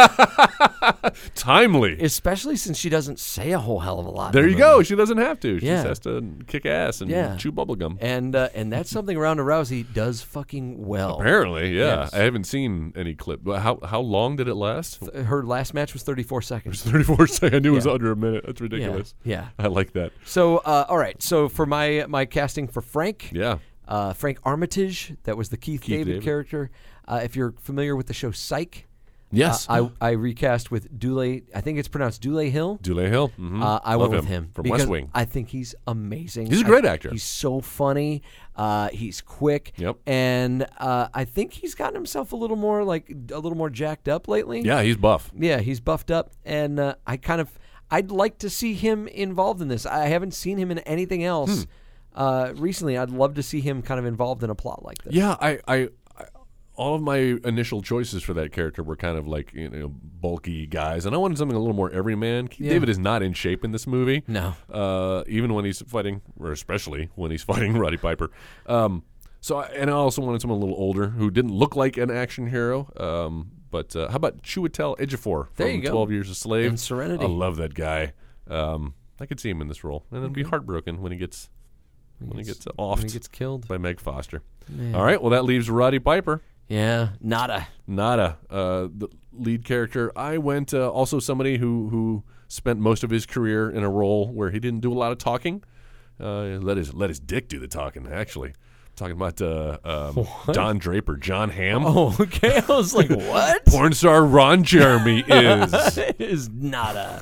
S4: oh, timely.
S3: especially since she doesn't say a whole hell of a lot.
S4: There
S3: in
S4: you
S3: the movie.
S4: go. She doesn't have to. She
S3: Yeah.
S4: just has to kick ass and
S3: Yeah.
S4: chew bubblegum.
S3: And uh, and that's something Ronda Rousey does fucking well.
S4: Apparently, yeah.
S3: Yes.
S4: I haven't seen any clip. But How how long did it last?
S3: Her last match was 34 seconds.
S4: Thirty four (laughs) seconds. I knew it was under a minute. That's ridiculous.
S3: yeah.
S4: I like that.
S3: So uh, all right. So for my my casting for Frank,
S4: Yeah.
S3: uh, Frank Armitage. That was the Keith, David,
S4: David.
S3: character. Uh, if you're familiar with the show Psych,
S4: Yes.
S3: Uh, I, I recast with Dule. I think it's pronounced Dule Hill.
S4: Dule Hill. hmm
S3: Uh, I
S4: Love
S3: went with him
S4: from
S3: because
S4: West Wing.
S3: I think he's amazing.
S4: He's a
S3: I-
S4: great actor.
S3: He's so funny. Uh, he's quick.
S4: Yep.
S3: And uh, I think he's gotten himself a little more like a little more jacked up lately.
S4: yeah, he's buff.
S3: Yeah, he's buffed up, and uh, I kind of I'd like to see him involved in this. I haven't seen him in anything else uh, recently. I'd love to see him kind of involved in a plot like this.
S4: Yeah, I, I, I, all of my initial choices for that character were kind of like you know bulky guys, and I wanted something a little more everyman. Keith David is not in shape in this movie.
S3: No.
S4: uh, even when he's fighting, or especially when he's (laughs) fighting Roddy Piper. Um, so, I, and I also wanted someone a little older who didn't look like an action hero. Um, but uh, how about Chiwetel Ejiofor
S3: There
S4: from
S3: you go.
S4: Twelve Years a Slave
S3: And Serenity.
S4: I love that guy. Um, I could see him in this role, and then be heartbroken when he gets when he gets
S3: when
S4: off
S3: Mm-hmm. he gets killed.
S4: by Meg Foster. All right, well that leaves Roddy Piper.
S3: Yeah, nada.
S4: Nada, uh, the lead character. I went uh, also somebody who who spent most of his career in a role where he didn't do a lot of talking. Uh, let his let his dick do the talking. Actually, talking about uh,
S3: (laughs)
S4: um, Don Draper, John Hamm,
S3: Oh, (laughs) okay. I was (laughs) like, what?
S4: porn star
S3: (laughs)
S4: Ron Jeremy is
S3: it is nada.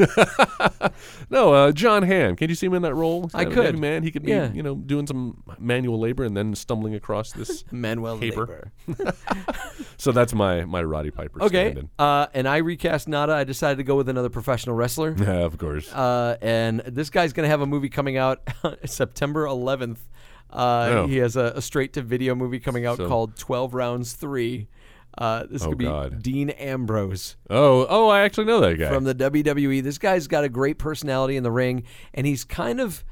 S4: no uh, John Hamm. Can you see him in that role? He's
S3: I
S4: kind of a
S3: could.
S4: heavy man. He could be
S3: Yeah.
S4: you know doing some manual labor and then stumbling
S3: (laughs)
S4: across this.
S3: Manuel
S4: Paper.
S3: Labor.
S4: so that's my my Roddy Piper.
S3: Okay.
S4: stand-in. (laughs)
S3: Uh, and I recast Nada. I decided to go with another professional (laughs) wrestler.
S4: Yeah, of course.
S3: Uh, and this guy's going to have a movie coming out (laughs) September 11th. Uh,
S4: Oh.
S3: He has a, a straight to video movie coming out
S4: So-
S3: called 12 Rounds 3. Uh, this
S4: Oh,
S3: could be
S4: God.
S3: Dean Ambrose
S4: oh oh, I actually know that guy.
S3: from the WWE. This guy's got a great personality in the ring, and he's kind of.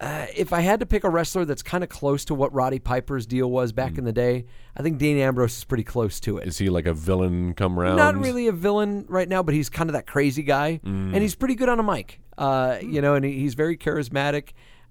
S3: Uh, if I had to pick a wrestler that's kind of close to what Roddy Piper's deal was back
S4: Hmm.
S3: in the day, I think Dean Ambrose is pretty close to it.
S4: Is he like a villain come round?
S3: Not really a villain right now, but he's kind of that crazy guy,
S4: Mm.
S3: and he's pretty good on a mic. Uh, you know, and he- he's very charismatic.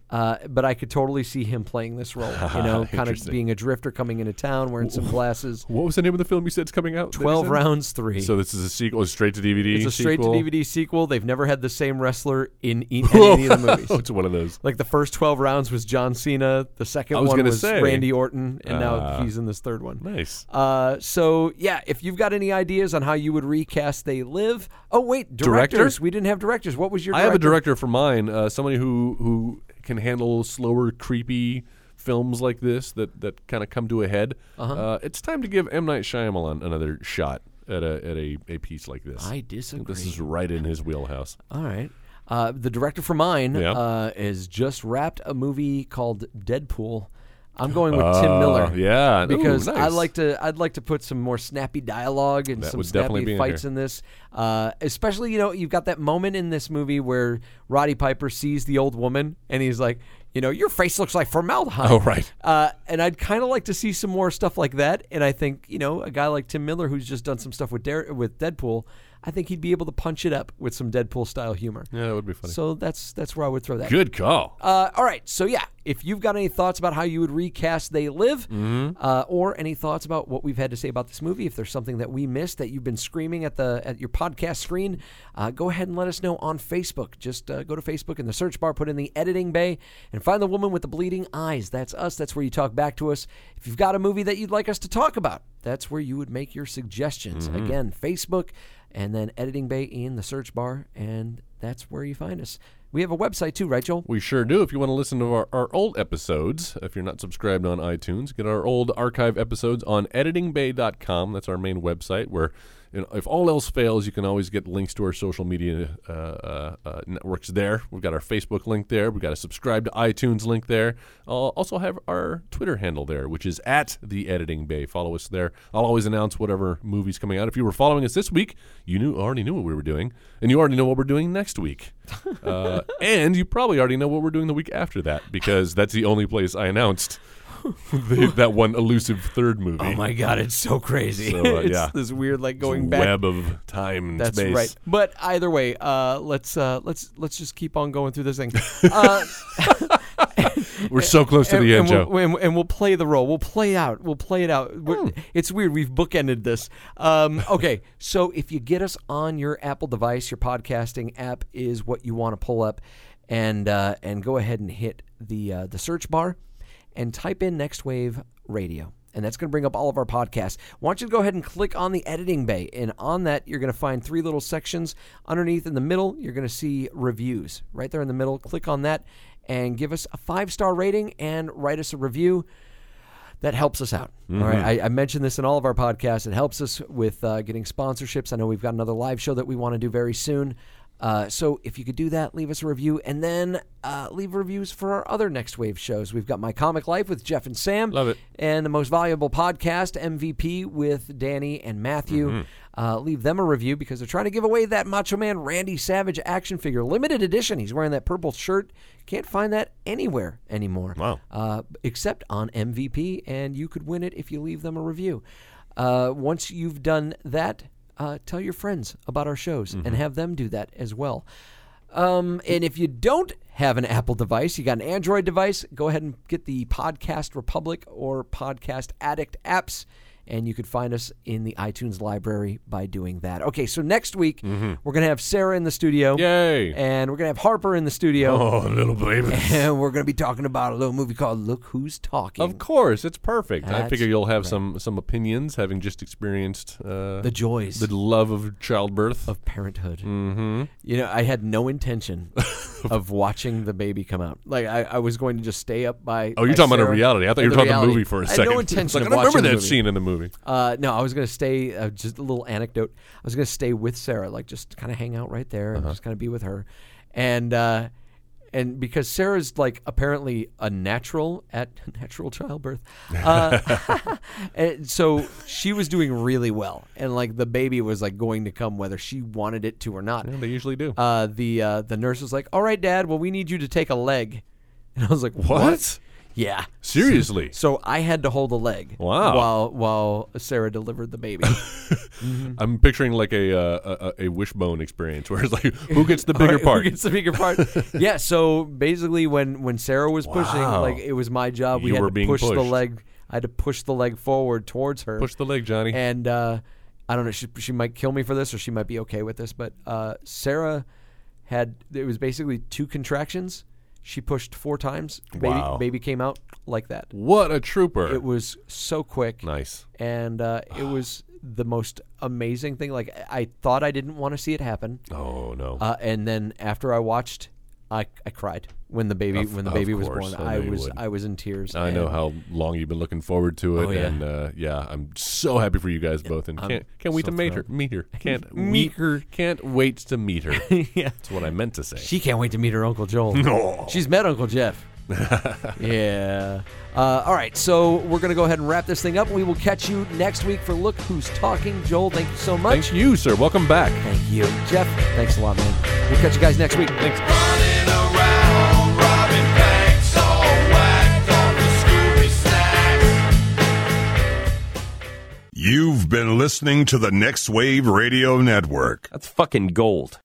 S3: Uh, but I could totally see him playing this role. You
S4: (laughs)
S3: know, kind of
S4: Interesting.
S3: being a drifter coming into town, wearing some
S4: (laughs)
S3: glasses.
S4: What was the name of the film you said is coming out? that he's
S3: Twelve
S4: in?
S3: rounds, three.
S4: So this is a sequel, a straight to DVD.
S3: it's a straight to
S4: sequel?
S3: DVD sequel. They've never had the same wrestler in e- any of the movies.
S4: (laughs) Oh, (laughs) it's one of those.
S3: Like the first 12 rounds was John Cena, the second
S4: I was
S3: one
S4: gonna
S3: was
S4: say.
S3: Randy Orton, and now
S4: Ah.
S3: he's in this third one.
S4: Nice.
S3: Uh, so yeah, if you've got any ideas on how you would recast They Live, oh wait,
S4: Director?
S3: directors. We didn't have directors. What was your?
S4: I have a director for mine, uh, somebody who who can handle slower, creepy films like this that that kind of come to a head. Uh-huh. it's time to give M Night Shyamalan another shot at a at a, a piece like this.
S3: I
S4: This
S3: disagree.
S4: is right in his wheelhouse.
S3: All right. Uh, the director for mine
S4: Yeah.
S3: uh, is just wrapped a movie called Deadpool. I'm going with Tim
S4: Uh,
S3: Miller.
S4: yeah. Ooh,
S3: because I
S4: nice.
S3: like to. I'd like to put some more snappy dialogue and
S4: That
S3: some
S4: would definitely be
S3: snappy
S4: in
S3: fights
S4: here.
S3: in, this. Uh, especially, you know, you've got that moment in this movie where Roddy Piper sees the old woman and he's like, you know, your face looks like formaldehyde.
S4: Oh, right.
S3: Uh, and I'd kind of like to see some more stuff like that. And I think you know a guy like Tim Miller, who's just done some stuff with Dare- with Deadpool, I think he'd be able to punch it up with some Deadpool style humor.
S4: Yeah, that would be funny.
S3: So that's that's where I would throw that.
S4: Good call.
S3: Uh, all right. So yeah, if you've got any thoughts about how you would recast They Live, uh, or any thoughts about what we've had to say about this movie, if there's something that we missed that you've been screaming at the at your podcast screen, uh, go ahead and let us know on Facebook. Just uh, go to Facebook in the search bar, put in the editing bay, and find the woman with the bleeding eyes. That's us. That's where you talk back to us. If you've got a movie that you'd like us to talk about, that's where you would make your suggestions. Again, Facebook, and then editing bay in the search bar, and that's where you find us. We have a website too, right, Joel?
S4: We sure do. If you want to listen to our, our old episodes, if you're not subscribed on iTunes, get our old archive episodes on editingbay.com. That's our main website where, you know, if all else fails, you can always get links to our social media uh, uh, uh, networks there. We've got our Facebook link there. We've got a subscribe to iTunes link there. I'll also have our Twitter handle there, which is at the editing bay. Follow us there. I'll always announce whatever movie's coming out. If you were following us this week, you knew already knew what we were doing, and you already know what we're doing
S3: (laughs)
S4: next week. Uh, and you probably already know what we're doing the week after that because that's the only place
S3: (laughs)
S4: I announced the, that one elusive third movie.
S3: Oh my god, it's so crazy.
S4: So, uh,
S3: (laughs) it's
S4: yeah.
S3: this weird like going back.
S4: web of time and
S3: That's
S4: space.
S3: right. But either way, uh, let's uh, let's let's just keep on going through this
S4: (laughs)
S3: thing. Uh,
S4: We're so close to
S3: and,
S4: the
S3: and
S4: end, Joe. Hmm.
S3: we'll, and, and we'll play the role. We'll play out. We'll play it out. We're- It's weird. We've bookended this.
S4: (laughs)
S3: Um, okay, so if you get us on your Apple device, your podcasting app is what you want to pull up, and uh, and go ahead and hit the uh, the search bar, and type in Next Wave Radio. and that's going to bring up all of our podcasts. Why don't you go ahead and click on the editing bay, and on that you're going to find three little sections. Underneath in the middle, you're going to see reviews. Right there in the middle, click on that and give us a five star rating and write us a review that helps us out. All
S4: Mm-hmm.
S3: right, I, I mentioned this in all of our podcasts. It helps us with uh, getting sponsorships. I know we've got another live show that we want to do very soon. Uh, so if you could do that, leave us a review, and then uh, leave reviews for our other Next Wave shows. We've got My Comic Life with Jeff and Sam,
S4: Love it.
S3: and the Most Valuable Podcast MVP with Danny and Matthew. Uh, leave them a review because they're trying to give away that Macho Man Randy Savage action figure, limited edition. He's wearing that purple shirt. Can't find that anywhere anymore
S4: Wow.
S3: uh, except on MVP, and you could win it if you leave them a review. Uh, once you've done that, uh, tell your friends about our shows and have them do that as well. Um, and if you don't have an Apple device, you got an Android device, go ahead and get the Podcast Republic or Podcast Addict apps. And you could find us in the iTunes library by doing that. Okay, so next week
S4: Mm-hmm.
S3: we're going to have Sarah in the studio.
S4: Yay.
S3: And we're going to have Harper in the studio.
S4: oh, little baby.
S3: And we're going to be talking about a little movie called Look Who's Talking.
S4: Of course, it's perfect. I
S3: That's
S4: figure you'll have some some opinions, having just experienced uh,
S3: the joys
S4: the love of childbirth.
S3: of parenthood. Mm-hmm. You know, I had no intention
S4: (laughs)
S3: of watching the baby come out. Like, I, I was going to just stay up by.
S4: oh, you're
S3: by
S4: talking about a
S3: Sarah-
S4: reality. I thought
S3: by
S4: you were
S3: the
S4: talking about a
S3: reality.
S4: movie for a
S3: I
S4: second.
S3: had no
S4: It's
S3: intention of
S4: like, I don't
S3: watching
S4: remember
S3: the
S4: that
S3: movie.
S4: scene in the movie.
S3: Uh, no, I was going to stay. Uh, just a little anecdote. I was going to stay with Sarah, like just kind of hang out right there and just kind of be with her, and uh, and because Sarah's like apparently a natural at (laughs) natural childbirth, uh, (laughs) and so she was doing really well, and like the baby was like going to come whether she wanted it to or not.
S4: Yeah, they usually do.
S3: Uh, the uh, the nurse was like, "All right, Dad. Well, we need you to take a leg," and I was like,
S4: what?
S3: Yeah." (laughs)
S4: Seriously?
S3: So I had to hold a leg
S4: Wow.
S3: while while Sarah delivered the baby.
S4: I'm picturing like a, uh, a a wishbone experience where it's like who gets the (laughs) bigger
S3: Right, (laughs) who
S4: part.
S3: gets the bigger
S4: (laughs)
S3: part. yeah. So basically, when when Sarah was pushing,
S4: Wow.
S3: like it was my job. We
S4: You
S3: had
S4: were
S3: to
S4: being
S3: push the
S4: pushed.
S3: leg. I had to push the leg forward towards her.
S4: Push the leg, Johnny.
S3: And uh, I don't know. She she might kill me for this, or she might be okay with this. But uh, Sarah had it was basically two contractions. She pushed four times. Baby,
S4: Wow.
S3: baby came out like that.
S4: what a trooper!
S3: It was so quick
S4: nice.
S3: and uh, it was the most amazing thing. Like I I thought I didn't want to see it happen,
S4: Oh no.
S3: uh, and then after I watched, I, I cried when the baby
S4: Of-
S3: when the
S4: of
S3: baby was
S4: course,
S3: born.
S4: I
S3: I,
S4: knew you
S3: was
S4: would.
S3: I was in tears.
S4: I know
S3: and
S4: how long you've been looking forward to it,
S3: Oh, yeah.
S4: and uh, yeah, I'm so happy for you guys both, and can't can't wait
S3: so
S4: to meet her.
S3: thrilled.
S4: Meet
S3: (laughs)
S4: her. Can't
S3: Meet
S4: meet
S3: her.
S4: her. Can't wait to meet
S3: (laughs)
S4: her. yeah, that's what I meant to say.
S3: She can't wait to meet her uncle
S4: (laughs)
S3: Joel. No, she's met Uncle Jeff. yeah. Uh, all right, so we're gonna go ahead and wrap this thing up. We will catch you next week for Look Who's Talking. Joel, thank you so much.
S4: Thank you, sir. Welcome back.
S3: Thank you, Jeff. Thanks a lot, man. We'll catch you guys next week. Thanks.
S5: Running around, robbing banks, all whacked off the Scooby Snacks.
S1: You've been listening to the Next Wave Radio Network.
S6: That's fucking gold.